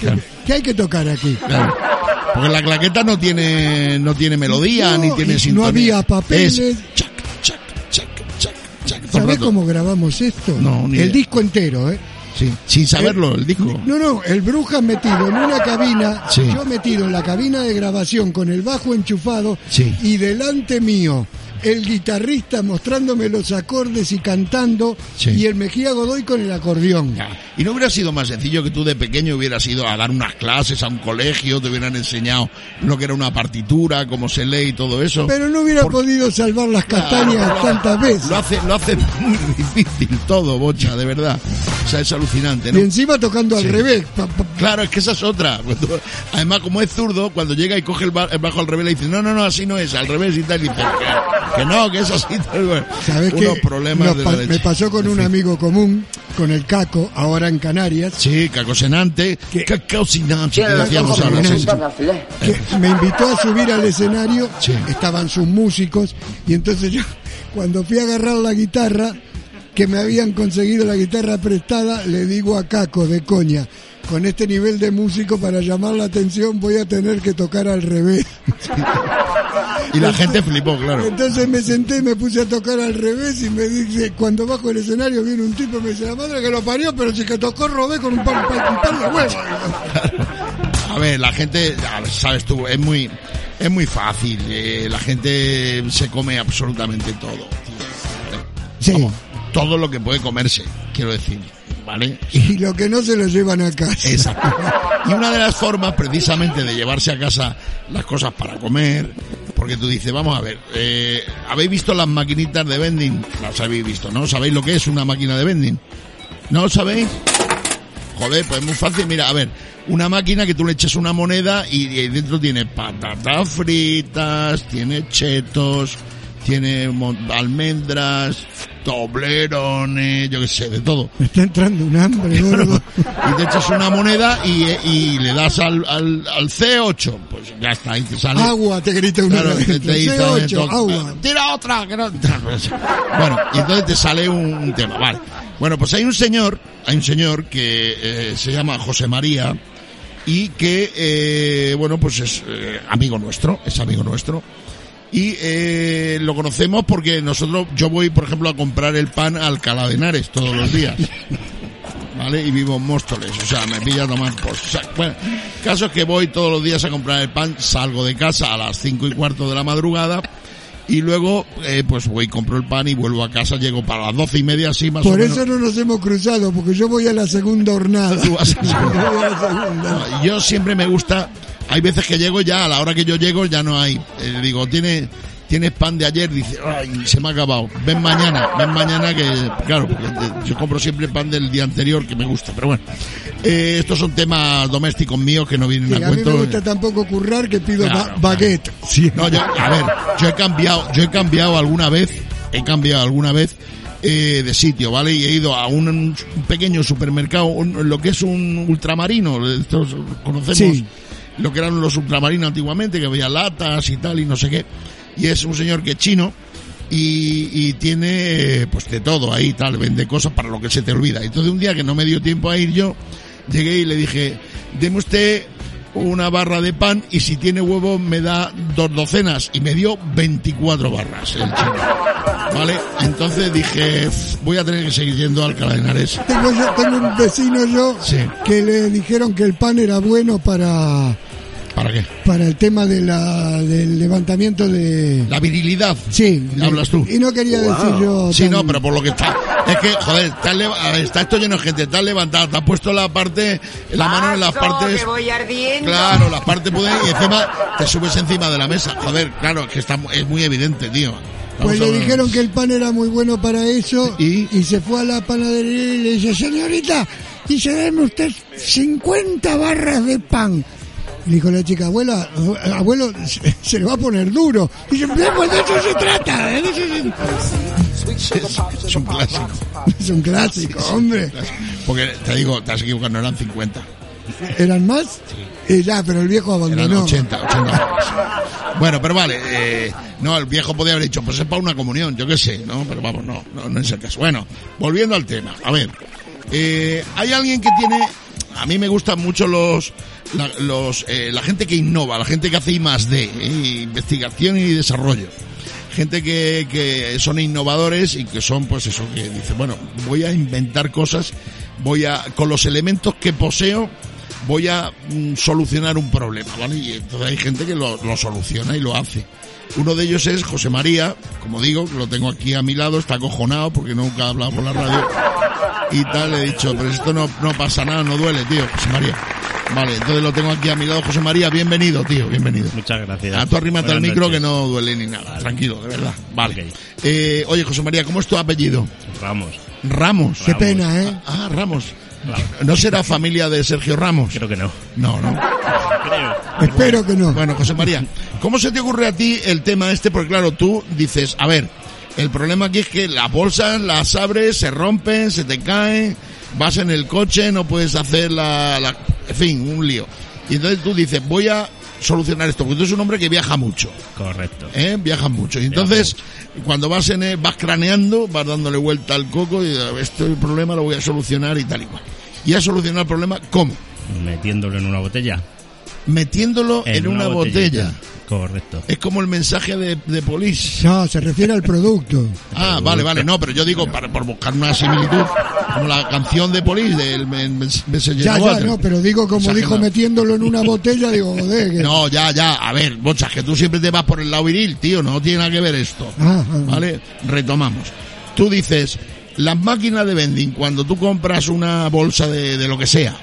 ¿Qué, Claro. qué hay que tocar aquí? Claro. Porque la claqueta no tiene, no tiene melodía, No, ni tiene y no sintonía. había papeles. Es chac, chac, chac, chac, chac, todo el ¿Sabés rato. cómo grabamos esto? No, ni el idea. disco entero, ¿eh? Sí, sin saberlo, el disco. No, no, el Brujas metido en una cabina, Sí. yo metido en la cabina de grabación con el bajo enchufado Sí. y delante mío el guitarrista mostrándome los acordes y cantando Sí. y el Mejía Godoy con el acordeón. Y no hubiera sido más sencillo que tú de pequeño hubieras ido a dar unas clases a un colegio, te hubieran enseñado lo que era una partitura, cómo se lee y todo eso. Pero no hubiera Por- podido salvar las castañas tantas veces. Lo hace, lo hace muy difícil todo, bocha, de verdad. O sea, es alucinante, ¿no? Y encima tocando al Sí. revés. pa- pa- Claro, es que esa es otra. Cuando- Además, como es zurdo, cuando llega y coge el, ba- el bajo al revés, le dice, no, no, no, así no es, al revés y tal, y dice, que, que no, que es así. Tal, bueno. ¿Sabés Unos qué? problemas Nos de pa- la leche. Me pasó con En un fin. amigo común, con el Caco, ahora en Canarias. Sí, cacosenante, Que- cacosinante, que decíamos ahora. sí, sí. que me invitó a subir al escenario, Sí. estaban sus músicos, y entonces yo, cuando fui a agarrar la guitarra, que me habían conseguido la guitarra prestada, le digo a Caco de coña, con este nivel de músico para llamar la atención voy a tener que tocar al revés. Y la gente flipó, claro. Entonces me senté y me puse a tocar al revés y me dice, cuando bajo el escenario viene un tipo y me dice, la madre que lo parió, pero si que tocó robé con un par, un par de huevos. A ver, la gente, a ver, sabes tú, es muy, es muy fácil. eh, la gente se come absolutamente todo. tío. Sí. Todo lo que puede comerse, quiero decir. ¿vale? Y lo que no se lo llevan a casa. Exacto. Y una de las formas precisamente de llevarse a casa las cosas para comer, porque tú dices, vamos a ver, eh, ¿habéis visto las maquinitas de vending? Las habéis visto, ¿no? ¿Sabéis lo que es una máquina de vending? ¿No lo sabéis? Joder, pues es muy fácil. Mira, a ver, una máquina que tú le eches una moneda y, y dentro tiene patatas fritas, tiene chetos, tiene mon- almendras, toblerones, yo qué sé, de todo. Me está entrando un hambre, gordo. Y te echas una moneda y, eh, y le das al, al, al C8. Pues ya está, ahí te sale. Agua, te grita una Claro, vez. te- te dice, C8, entonces, agua. Tira otra. que no- Bueno, y entonces te sale un tema, vale. Bueno, pues hay un señor, hay un señor que eh, se llama José María y que, eh, bueno, pues es eh, amigo nuestro, es amigo nuestro. Y eh, lo conocemos porque nosotros, yo voy, por ejemplo, a comprar el pan al Alcalá de Henares todos los días. ¿vale? Y vivo en Móstoles, o sea, me pilla a tomar por saco. Bueno, caso es que voy todos los días a comprar el pan, salgo de casa a las cinco y cuarto de la madrugada y luego, eh, pues voy, compro el pan y vuelvo a casa, llego para las doce y media, así más Por o menos. eso no nos hemos cruzado, porque yo voy a la segunda hornada. Tú vas a- Yo voy a la segunda. No, yo siempre me gusta, hay veces que llego ya, a la hora que yo llego ya no hay, Eh, digo, tiene... Tienes pan de ayer, dice, ay, se me ha acabado. Ven mañana, ven mañana que, claro, porque te- yo compro siempre pan del día anterior que me gusta, pero bueno. Eh, estos son temas domésticos míos que no vienen Sí, a a mí cuento. me gusta tampoco currar que pido Claro, ba- claro. baguette. No, yo, a ver, yo he cambiado, yo he cambiado alguna vez, he cambiado alguna vez eh, de sitio, ¿vale? Y he ido a un, un pequeño supermercado, un- lo que es un ultramarino, estos conocemos Sí. lo que eran los ultramarinos antiguamente, que había latas y tal y no sé qué. Y es un señor que es chino y, y tiene eh, pues de todo ahí, tal, vende cosas para lo que se te olvida. Entonces un día que no me dio tiempo a ir yo, llegué y le dije, deme usted una barra de pan y si tiene huevo me da dos docenas y me dio 24 barras el chino. ¿Vale? Entonces dije, "Uf, voy a tener que seguir yendo al Alcalá de Henares". Tengo, yo- tengo un vecino yo Sí. que le dijeron que el pan era bueno para, ¿Para qué? para el tema de la, del levantamiento de... La virilidad. Sí. Hablas tú. Y no quería decir yo... Sí, tan- no, pero por lo que está. Es que, joder, está, leva- a ver, está esto lleno de gente, está levantado, te has puesto la parte, la mano en las partes. ardiendo. Claro, las partes pueden, y encima te subes encima de la mesa. Joder, claro, es que está, mu- es muy evidente, tío. Pues Vamos a le ver. dijeron que el pan era muy bueno para eso ¿Y? se fue a la panadería y le dice, señorita, dice, deme usted 50 barras de pan. Le dijo la chica, abuela, eh, abuelo, se, se le va a poner duro. Dice, "Eh, pues de eso se trata, de eso se-". Es, es un clásico. Es un clásico, hombre. Porque te digo, te has equivocado, no eran 50, ¿Eran más? Eh, ya, pero el viejo eran abandonó. 80, 80. Bueno, pero vale, eh, no, el viejo podía haber dicho, pues es para una comunión, yo qué sé, ¿no? Pero vamos, no, no, no es el caso. Bueno, volviendo al tema, a ver, eh, hay alguien que tiene, a mí me gustan mucho los, la, los, eh, la gente que innova, la gente que hace I más D, eh, investigación y desarrollo. gente que, que son innovadores y que son pues eso que dice bueno voy a inventar cosas voy a con los elementos que poseo voy a mm, solucionar un problema vale y entonces hay gente que lo, lo soluciona y lo hace uno de ellos es José María como digo que lo tengo aquí a mi lado está acojonado porque nunca ha hablado por la radio y tal le he dicho pero esto no, no pasa nada no duele tío José María vale entonces lo tengo aquí a mi lado José María bienvenido tío bienvenido Muchas gracias. Ah, tú arrímate al Buenas micro que noches. no duele ni nada, tranquilo, de verdad. Vale. Ok. Eh, oye, José María, ¿cómo es tu apellido? Ramos, Ramos. Qué pena, ¿eh? Ah, Ramos. ¿No será familia de Sergio Ramos? creo que no. No, no. Creo. Espero que no. Ah, Bueno, José María, ¿cómo se te ocurre a ti el tema este? Porque claro, tú dices, a ver, el problema aquí es que las bolsas las abres, se rompen, se te caen, vas en el coche, no puedes hacer la, la- en fin, un lío. Y entonces tú dices, voy a solucionar esto, porque tú eres un hombre que viaja mucho. Correcto. ¿eh? viajan mucho. Y entonces, cuando vas en eh, vas craneando, vas dándole vuelta al coco y eh, este problema lo voy a solucionar y tal y cual. Y has solucionado el problema, ¿cómo? Metiéndolo en una botella. Metiéndolo en, una, botella. botellita. Correcto. Es como el mensaje de, de Police. No, se refiere al producto. Ah, vale, vale, no, pero yo digo, para, por buscar una similitud, como la canción de Police, del men- men- Messenger Ya, ya, Water. no, pero digo, como Exagerado. dijo, metiéndolo en una botella, digo, joder, que- No, ya, ya. A ver, bochas, que tú siempre te vas por el lado viril, tío. No tiene nada que ver esto. Ah, ah. ¿Vale? Retomamos. Tú dices, Las máquinas de vending, cuando tú compras una bolsa de, de lo que sea,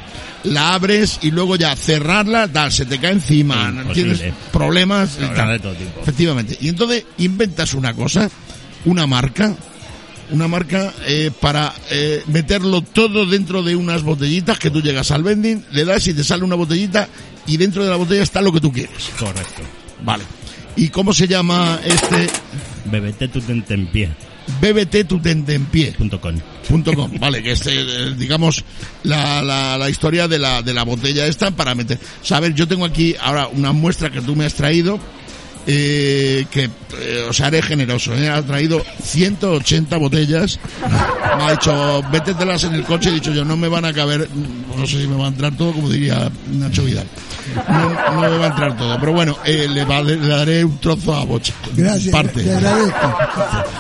la abres y luego ya cerrarla, tal, se te cae encima, Imposible. tienes problemas. y Habrá tal. de todo tipo. Efectivamente. Y entonces inventas una cosa, una marca, una marca eh, para eh, meterlo todo dentro de unas botellitas que tú llegas al vending, le das y te sale una botellita y dentro de la botella está lo que tú quieres. Correcto. Vale. ¿Y cómo se llama este Bebete tu tentempié. bbttutentempié.com? Punto com. Vale, que es, eh, eh, digamos, la, la, la historia de la, de la botella esta para meter... O sea, a ver, yo tengo aquí ahora una muestra que tú me has traído, eh, que, eh, o sea, eres generoso, ¿eh? Ha traído 180 botellas. Me ha dicho, vétetelas en el coche. He dicho yo, no me van a caber, mm, no sé si me va a entrar todo, como diría Nacho Vidal. No, no me va a entrar todo, pero bueno, eh, le, va- le daré un trozo a Bocha. Gracias, Parte. te agradezco.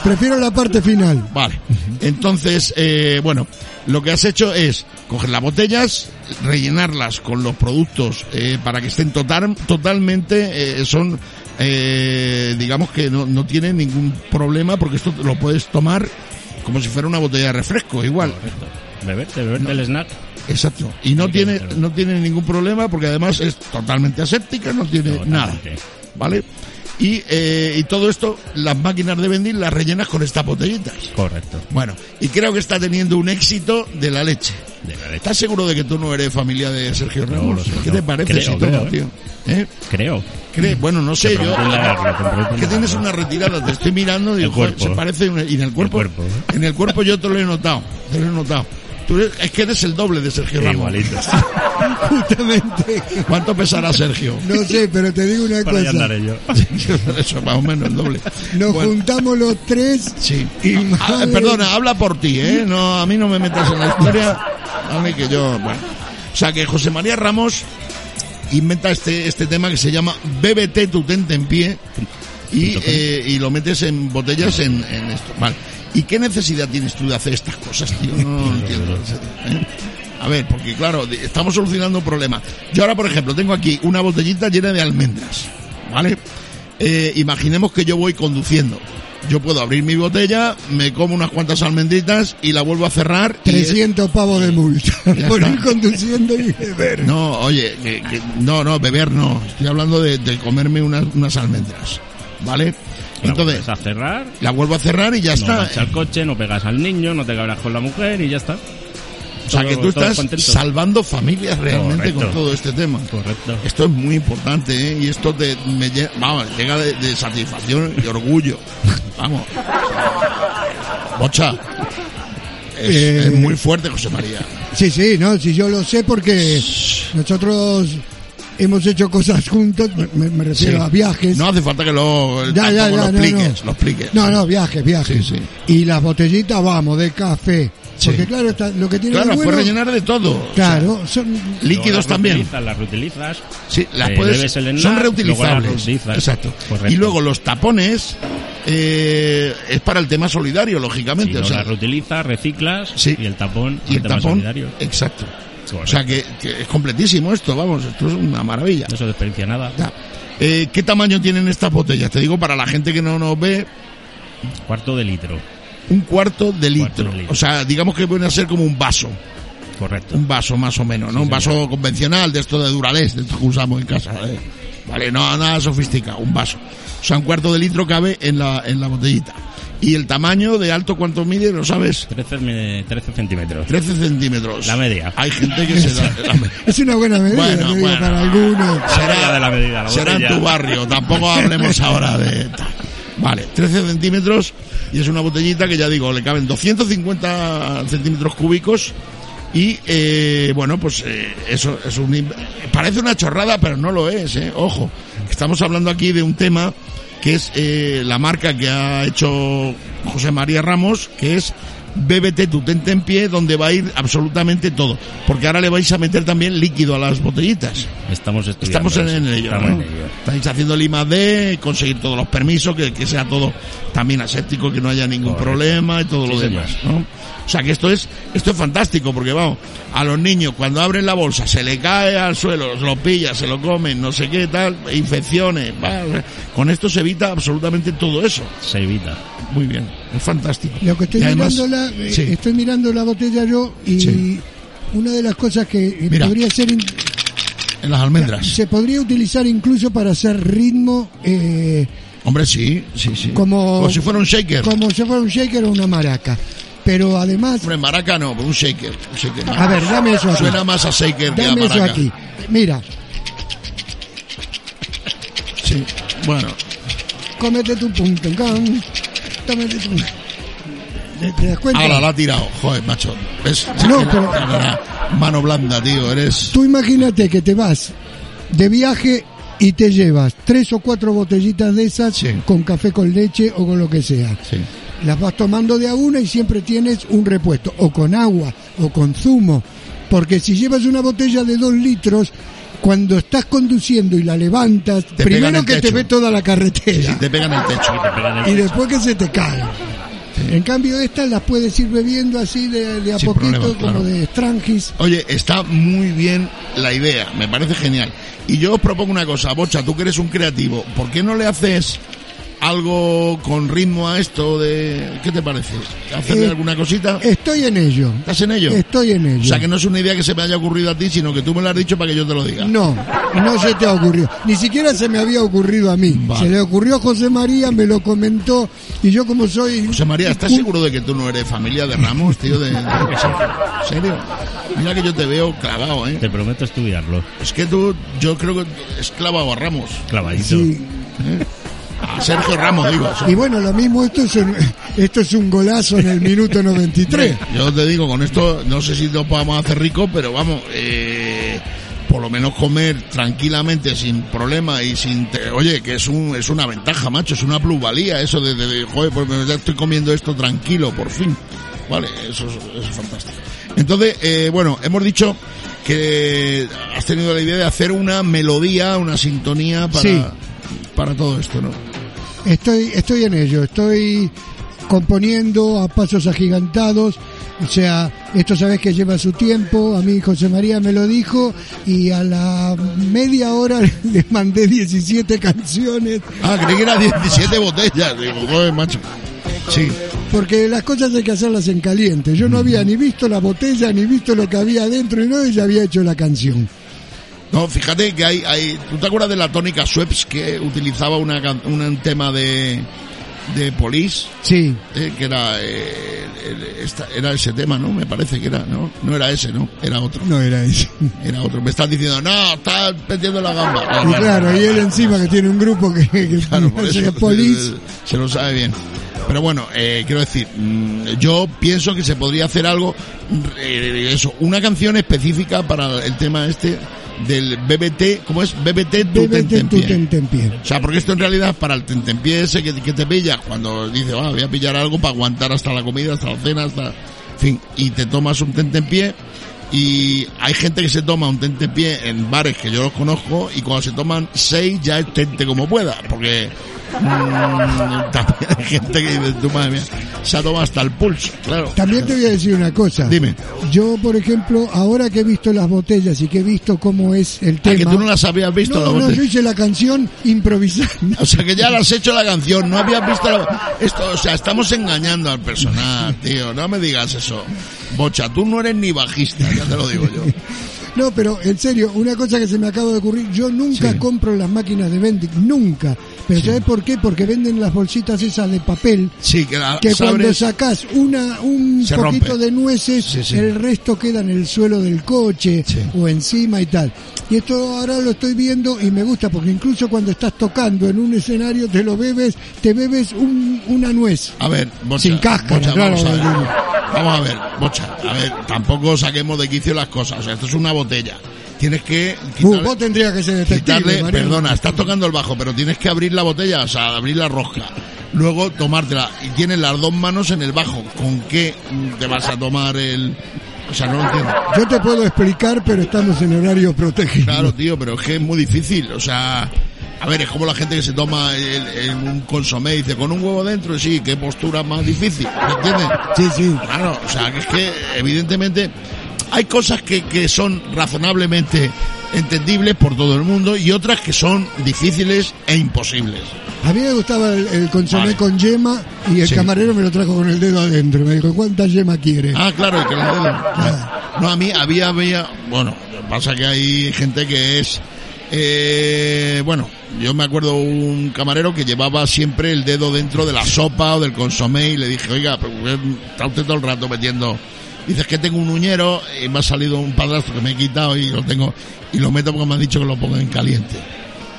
Prefiero la parte final. Vale. Entonces, eh, bueno, lo que has hecho es coger las botellas, rellenarlas con los productos eh, para que estén total, totalmente, eh, son, eh, digamos que no, no tienen ningún problema porque esto lo puedes tomar como si fuera una botella de refresco, igual. Bebete, bebete el snack. Exacto. Y no tiene, claro. no tiene ningún problema porque además es totalmente aséptica, no tiene nada. Totalmente. ¿Vale? Y, eh, y todo esto, las máquinas de vending las rellenas con estas botellitas. Correcto. Bueno, y creo que está teniendo un éxito de la leche. De la leche. ¿Estás seguro de que tú no eres familia de Sergio No, Ramos? lo sé, ¿Qué no. te parece Creo, si todo, creo, ¿eh? tío? ¿Eh? Creo. ¿Crees? Bueno, no sé, Te yo... prometo indagarlo, te prometo Que tienes indagarlo. una retirada, te estoy mirando y El digo, "Joder, cuerpo. ¿eh? se parece... una- Y en el cuerpo, cuerpo, ¿eh? en el cuerpo yo te lo he notado, te lo he notado. Tú eres- es que eres el doble de Sergio Ramos. Igualito. Justamente. ¿Cuánto pesará Sergio? No sé, pero te digo una Para allá cosa. andaré yo. Eso, más o menos el doble. Nos Bueno, juntamos los tres. Sí. Y Ah, madre- perdona, habla por ti, ¿eh? No, a mí no me metas en la historia. Dale que yo, bueno. O sea, que José María Ramos inventa este, este tema que se llama BBT tu tente en pie y, eh, y lo metes en botellas en, en esto. Vale. ¿Y qué necesidad tienes tú de hacer estas cosas, tío? No, lo entiendo. ¿eh? A ver, porque claro, de- estamos solucionando un problema. Yo ahora, por ejemplo, tengo aquí una botellita llena de almendras, ¿vale? Eh, imaginemos que yo voy conduciendo. Yo puedo abrir mi botella, me como unas cuantas almendritas y la vuelvo a cerrar. y- 300 pavos de multa Ya por ir está. conduciendo y beber. No, oye, que- que- no, no, beber no. Estoy hablando de, de comerme unas, unas almendras, ¿vale? Entonces, Entonces. pues a cerrar. la vuelvo a cerrar y ya No está. mancha el coche, no pegas al niño, no te cabras con la mujer y ya está. O sea que Todo- tú todo estás contento. salvando familias realmente con Correcto. todo este tema. Correcto. Esto es muy importante, ¿eh? Y esto te, me lle- vamos, llega de, de satisfacción y orgullo. Vamos. Bocha. Es, Eh, es muy fuerte, José María. Sí, sí, no, si yo lo sé porque nosotros hemos hecho cosas juntos, me- me, me refiero Sí. a viajes. No hace falta que lo, Ya, ya, tampoco ya, lo no, expliques. no. Lo expliques. No, no, viajes, viajes. Sí, Y las botellitas, vamos, de café. Sí. Porque claro, está- lo que tiene Claro, de las bueno, puedes rellenar de todo. Claro, son Luego Líquidos las también. reutilizas, las reutilizas. Sí, las Eh, puedes, bebes el enlace, son luego las reutilizables. reutilizas. Exacto. Correcto. Y luego los tapones eh, es para el tema solidario, Si lógicamente. no o sea, las reutilizas, reciclas Sí. y el tapón y el tema tapón, solidario. exacto. O Correcto. sea que, que es completísimo esto, vamos, esto es una maravilla. No se desperdicia nada. Ya. Eh, ¿Qué tamaño tienen estas botellas? Te digo para la gente que no nos ve, Cuarto de litro. un cuarto de litro. Cuarto de litro. O sea, digamos que pueden ser como un vaso, Correcto. un vaso más o menos, ¿no? un vaso convencional de esto de Duralés, de esto que usamos en casa. ¿eh? Vale, no nada sofisticado, un vaso. O sea, un cuarto de litro cabe en la, en la botellita. ¿Y el tamaño de alto cuánto mide? ¿Lo sabes? 13, me- 13 centímetros. 13 centímetros. La media. Hay gente que se da... la- es una buena medida Bueno, te digo, bueno. para algunos. será, medida de la medida, la será en botella. tu barrio, tampoco hablemos ahora de tal. Vale, 13 centímetros y es una botellita que ya digo, le caben 250 centímetros cúbicos y eh, bueno, pues eh, eso es un... in- Parece una chorrada, pero no lo es, eh, ojo. Estamos hablando aquí de un tema que es eh, la marca que ha hecho José María Ramos, que es bébete tu tente en pie, donde va a ir absolutamente todo. Porque ahora le vais a meter también líquido a las botellitas. Estamos estudiando. Estamos en, eso, en ello. estamos ¿no? en ello. Estáis haciendo el I más D, conseguir todos los permisos, que, que sea todo también aséptico, que no haya ningún problema y todo lo Sí, demás. ¿no? O sea que esto es, esto es fantástico, porque vamos, a los niños cuando abren la bolsa se le cae al suelo, se lo pillan, se lo comen, no sé qué tal, infecciones. va, con esto se evita absolutamente todo eso. Se evita. Muy bien, es fantástico. Lo que estoy, Y además- mirando, la, eh, sí. estoy mirando la botella yo y Sí. una de las cosas que eh, Mira. podría ser in- En las almendras. se podría utilizar incluso para hacer ritmo eh, Hombre, sí, sí, sí. como si fuera un shaker. como si fuera un shaker o una maraca. Pero además, Hombre, maraca no, pero un shaker. un shaker. A ver, dame eso aquí. Suena más a shaker que a dame maraca. eso aquí. Mira, Sí, bueno. cómete tu punto, can. Tómate tu. ¿Te, te das cuenta? Ahora la ha tirado. Joder, macho. ¿Ves? No, Mira, pero- mira, mira. Mano blanda, tío. Eres... Tú imagínate que te vas de viaje y te llevas tres o cuatro botellitas de esas Sí. con café con leche o con lo que sea. Sí. Las vas tomando de a una y siempre tienes un repuesto, o con agua, o con zumo. Porque si llevas una botella de dos litros, cuando estás conduciendo y la levantas, Te pega en primero el que te techo. ve toda la carretera Te pegan el techo. y después que se te cae. En cambio, estas las puedes ir bebiendo así de, de a Sin poquito, problema, claro. como de estrangis. Oye, está muy bien la idea, me parece genial. Y yo os propongo una cosa, Bocha, tú que eres un creativo, ¿por qué no le haces algo con ritmo a esto de... ¿Qué te parece? ¿Hacerle Eh, alguna cosita? Estoy en ello. ¿Estás en ello? Estoy en ello. O sea, que no es una idea que se me haya ocurrido a ti, sino que tú me lo has dicho para que yo te lo diga. No, no se te ha ocurrido. Ni siquiera se me había ocurrido a mí. Vale. Se le ocurrió a José María, me lo comentó. Y yo, como soy. José María, ¿estás seguro de que tú no eres familia de Ramos, tío? De, de- ¿En serio? Mira que yo te veo clavado, ¿eh? Te prometo estudiarlo. Es que tú, yo creo que es clavado a Ramos. Clavadito. Sí. A Sergio Ramos, digo. Y bueno, lo mismo, esto es, un, esto es un golazo en el minuto 93. Yo te digo, con esto no sé si nos podamos hacer ricos, pero vamos, eh, por lo menos comer tranquilamente, sin problema y sin... te- oye, que es, un, es una ventaja, macho, es una plusvalía eso de, de- de, joder, pues me- ya estoy comiendo esto tranquilo, por fin. Vale, eso es, eso es fantástico. Entonces, eh, bueno, hemos dicho que has tenido la idea de hacer una melodía, una sintonía para, Sí. para todo esto, ¿no? Estoy, estoy en ello, estoy componiendo a pasos agigantados. O sea, esto sabes que lleva su tiempo. A mí José María me lo dijo y a la media hora le mandé 17 canciones Ah, creí que eran 17 botellas, digo, joder, macho. Sí. porque las cosas hay que hacerlas en caliente. Yo no había ni visto la botella, ni visto lo que había adentro y no, y ya había hecho la canción. No, fíjate que hay, hay... ¿Tú te acuerdas de la tónica Sweps que utilizaba una, can- una- un tema de, de Police? Sí, Eh, que era, eh, el- esta- era ese tema, ¿no? Me parece que era, ¿no? No era ese, ¿no? Era otro. no era eso. Era otro. Me estás diciendo, no, estás metiendo la gamba. No, Y Ah, bueno, claro, y él encima que tiene un grupo que, que Claro, por hace eso, polis. eh, se lo sabe bien. Pero bueno, eh, quiero decir, mm, yo pienso que se podría hacer algo, mm, eh, eso, una canción específica para el tema este del BBT, ¿cómo es? BBT tu Bébete tu tentempié. tentempié. O sea, porque esto en realidad es para el tentempié ese que, que te pillas cuando dices, ah, voy a pillar algo para aguantar hasta la comida, hasta la cena, hasta... En fin, y te tomas un tentempié y hay gente que se toma un tentempié en bares que yo los conozco y cuando se toman seis ya es tente como pueda, porque mm, también hay gente que dice, tú madre mía, se ha tomado hasta el pulso, claro. También te voy a decir una cosa. Dime. Yo, por ejemplo, ahora que he visto las botellas y que he visto cómo es el Ah, tema. que tú no las habías visto No, la no, botella. yo hice la canción improvisando. O sea que ya le has hecho la canción, no habías visto la- esto, o sea, estamos engañando al personal, tío, no me digas eso. Bocha, tú no eres ni bajista, ya te lo digo yo. No, pero en serio, una cosa que se me acaba de ocurrir, yo nunca Sí. compro las máquinas de vending, nunca. Pero ¿sabes por qué? Porque venden las bolsitas esas de papel Sí, que la que las cuando abres- sacás una un Se poquito rompe. de nueces, Sí, sí. el resto queda en el suelo del coche Sí. o encima y tal. Y esto ahora lo estoy viendo y me gusta porque incluso cuando estás tocando en un escenario te lo bebes, te bebes un- una nuez. A ver, Bocha, Sin cáscara, Bocha, claro, vamos, a ver, Rodrigo. vamos a ver, Bocha, a ver, tampoco saquemos de quicio las cosas, o sea, esto es una botella. Tienes que Uh, quitarle- vos tendrías que ser detective, quitarle, Mariano. perdona, estás tocando el bajo, pero tienes que abrir la botella, o sea, abrir la rosca. Luego tomártela y tienes las dos manos en el bajo. ¿Con qué mm, te vas a tomar el, O sea, no lo entiendo. Yo te puedo explicar, pero estamos en horario protegido. Claro, tío, pero es que es muy difícil. O sea, a ver, es como la gente que se toma el- el- un consomé y dice, con un huevo dentro, sí, qué postura más difícil. ¿Me entiendes? Sí, sí. Claro, o sea, que es que evidentemente hay cosas que, que son razonablemente entendibles por todo el mundo y otras que son difíciles e imposibles. A mí me gustaba el, el consomé Vale. con yema y el Sí. camarero me lo trajo con el dedo adentro. Me dijo, ¿cuánta yema quiere? Ah, claro, y que la dedo. No, a mí había, había, bueno, pasa que hay gente que es, eh, bueno, yo me acuerdo un camarero que llevaba siempre el dedo dentro de la sopa o del consomé y le dije, oiga, pero, eh, está usted todo el rato metiendo. Dices que tengo un uñero y me ha salido un padrastro que me he quitado y lo tengo, y lo meto porque me han dicho que lo ponga en caliente.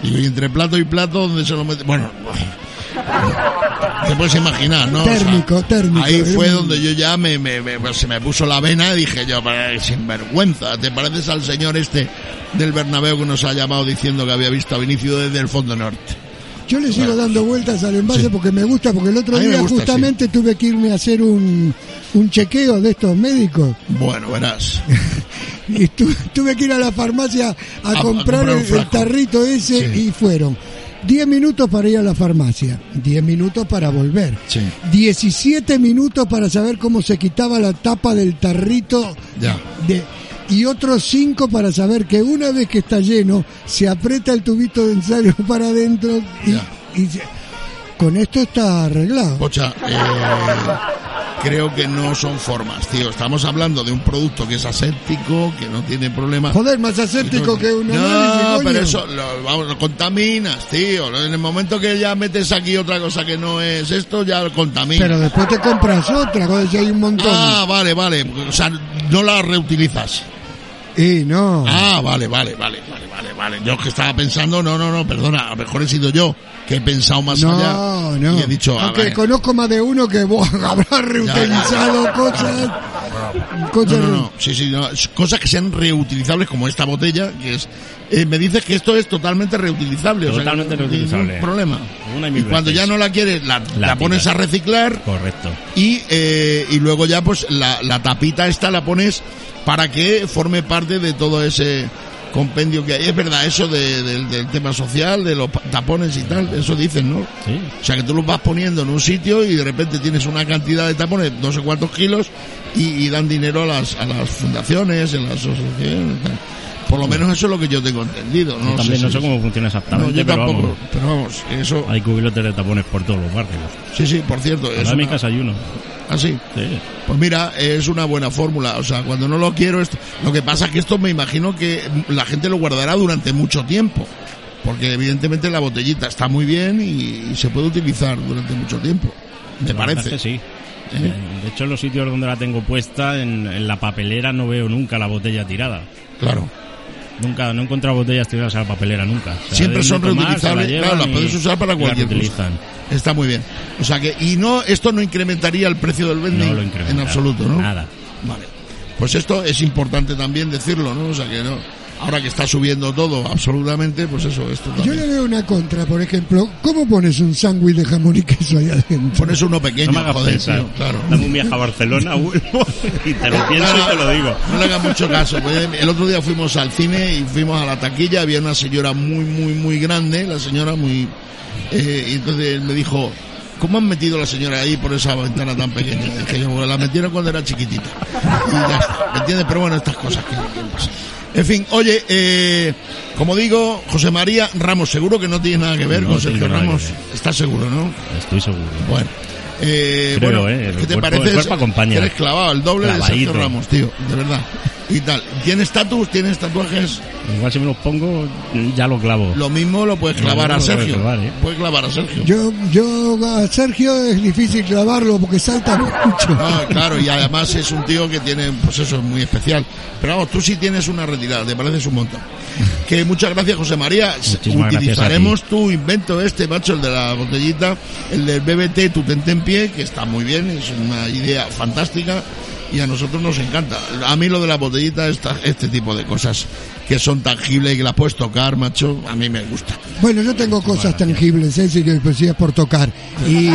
Y yo, y entre plato y plato, donde se lo mete? Bueno, te puedes imaginar, ¿no? O sea, térmico, térmico. eh, Ahí Era fue un- donde yo ya me, me- me- pues, se me puso la vena y dije yo, "Pero, sinvergüenza, ¿te pareces al señor este del Bernabéu que nos ha llamado diciendo que había visto a Vinicius desde el fondo norte? Yo le sigo dando vueltas al envase porque me gusta, porque el otro A mí me día gusta, justamente tuve que irme a hacer un, un chequeo de estos médicos Bueno, verás. y tu- tuve que ir a la farmacia a, a comprar, comprar un el, el frasco. tarrito ese Sí. y fueron 10 minutos para ir a la farmacia, 10 minutos para volver, Sí. 17 minutos para saber cómo se quitaba la tapa del tarrito Ya. de- y otros cinco para saber que una vez que está lleno, se aprieta el tubito de ensayo para adentro Ya. y, y se- con esto está arreglado. Pocha, eh, creo que no son formas, tío. Estamos hablando de un producto que es aséptico, que no tiene problemas. Joder, más aséptico que un No, análisis, coño. pero eso, lo, vamos, lo contaminas, tío. En el momento que ya metes aquí otra cosa que no es esto, ya lo contaminas. Pero después te compras otra, joder, si hay un montón. Ah, vale, vale. O sea, no la reutilizas. y no. Ah, vale, vale, vale, vale, vale, vale. Yo que estaba pensando, no, no, no, perdona, a lo mejor he sido yo que he pensado más No, allá. no. Y he dicho, ah, Aunque vale. conozco más de uno que vos habrá reutilizado ya, ya. cosas. No, cosas Ah, no, no. Sí, sí, no. Es Cosas que sean reutilizables como esta botella, que es... eh, me dices que esto es totalmente reutilizable. o sea, Totalmente que no tiene reutilizable. ningún problema. Una y Y mil cuando ya veces. no la quieres, la, la tiras. pones a reciclar Correcto. y, eh, y luego ya pues la, la tapita esta la pones para que forme parte de todo ese compendio que hay. Es verdad, eso de- del- del tema social, de los pa- tapones y tal, eso dicen, ¿no? Sí. O sea que tú los vas poniendo en un sitio y de repente tienes una cantidad de tapones, no sé cuántos kilos, y, y dan dinero a las, a las fundaciones, en las asociaciones. y tal. Por lo menos eso es lo que yo tengo entendido. No Yo sé también si no sé es- cómo funciona No, exactamente, yo pero tampoco, vamos. pero vamos, eso, Hay cubilotes de tapones por todos los barrios. sí, sí, por cierto, es Ahora en mi una- casa hay uno. ah, sí. Sí. Pues mira, es una buena fórmula. O sea, cuando no lo quiero, esto... lo que pasa es que esto me imagino que la gente lo guardará durante mucho tiempo. Porque evidentemente la botellita está muy bien y, se puede utilizar durante mucho tiempo. Me La verdad es parece. que sí. Eh, De hecho, en los sitios donde la tengo puesta, en, en la papelera no veo nunca la botella tirada. Claro. Nunca, no he encontrado botellas tiradas a la papelera nunca. Se la Siempre deben son de tomar, reutilizables. se la claro, llevan las y- puedes usar para y la cualquier cosa. reutilizan. Está muy bien. O sea que, y no, esto no incrementaría el precio del vending No lo en incrementa. absoluto, ¿no? Nada. Vale. Pues esto es importante también decirlo, ¿no? O sea que no. Ahora que está subiendo todo absolutamente, pues eso, esto Yo también. le veo una contra, por ejemplo. ¿Cómo pones un sándwich de jamón y queso ahí adentro? Pones uno pequeño, No me hagas joder, pensar. tío, claro. Dame un viaje a Barcelona, vuelvo y te lo pienso No, no, y te lo digo. No le hagas mucho caso. pues, el otro día fuimos al cine y fuimos a la taquilla. Había una señora muy, muy, muy grande. La señora muy. eh, y entonces me dijo. ¿Cómo han metido a la señora ahí por esa ventana tan pequeña? Dije yo, "Bueno, la metieron cuando era chiquitita. Y ya está, ¿me entiendes? Pero bueno, estas cosas que, que pasan. En fin, oye, eh, como digo, José María Ramos, seguro que no tiene nada que ver No con tengo Sergio nada que Ramos. ver. Estás seguro, ¿no? Estoy seguro. Bueno. Eh, Creo, bueno, eh, el ¿qué te cuerpo- parece? el cuerpo acompaña. Eres clavado, el doble de Sergio Clavadito. Ramos, tío, de verdad. Y tal. ¿Tienes tatuajes? ¿Tienes tatuajes? Igual si me los pongo, ya lo clavo. Lo mismo lo puedes clavar Lo a mismo lo puedes Sergio. clavar, eh. Puedes clavar a Sergio. Yo, yo a Sergio es difícil clavarlo porque salta mucho. No, claro, y además es un tío que tiene, pues eso, es muy especial. Pero vamos, tú sí tienes una retirada, te parece un montón. Que muchas gracias, José María. Muchísimas Utilizaremos tu invento este, macho, el de la botellita, el del BBT, tu tente en pie, que está muy bien, es una idea fantástica. Y a nosotros nos encanta. A mí lo de la botellita, esta- este tipo de cosas que son tangibles y que las puedes tocar, macho, a mí me gusta. Bueno, yo tengo cosas tangibles, ¿eh? Sí, que pues, sí, es por tocar. Y,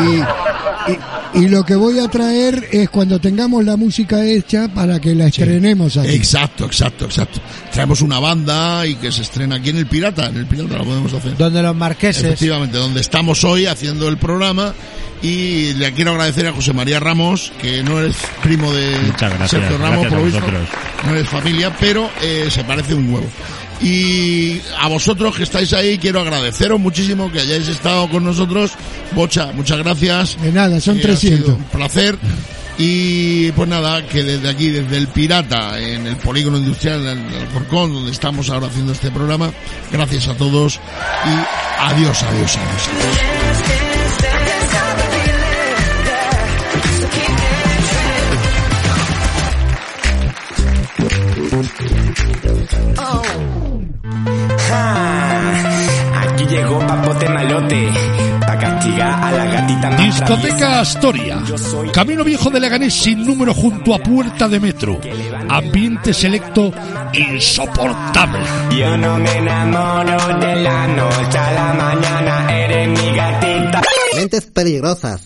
Y lo que voy a traer es cuando tengamos la música hecha para que la estrenemos aquí. Exacto, exacto, exacto. Traemos una banda y que se estrena aquí en el Pirata, en el Pirata la podemos hacer. Donde los marqueses. Efectivamente, donde estamos hoy haciendo el programa y le quiero agradecer a José María Ramos, que no eres primo de Muchas gracias, Sergio Ramos, gracias por a lo visto, vosotros. no eres familia, pero eh, se parece un huevo. Y a vosotros que estáis ahí, quiero agradeceros muchísimo que hayáis estado con nosotros. Bocha, muchas gracias. De nada, Pues son Eh, ha sido 300. un placer. Y pues nada, que desde aquí, desde el Pirata, en el polígono industrial de Alcorcón, donde estamos ahora haciendo este programa, gracias a todos y adiós, adiós, adiós. Ah, Aquí llegó Papote Malote pa castigar a la gatita más Discoteca traviesa. Astoria. Camino Viejo de Leganés sin número junto a Puerta de Metro. Ambiente selecto insoportable. Yo no me enamoro de la noche a la mañana, eres mi gatita. Mentes peligrosas.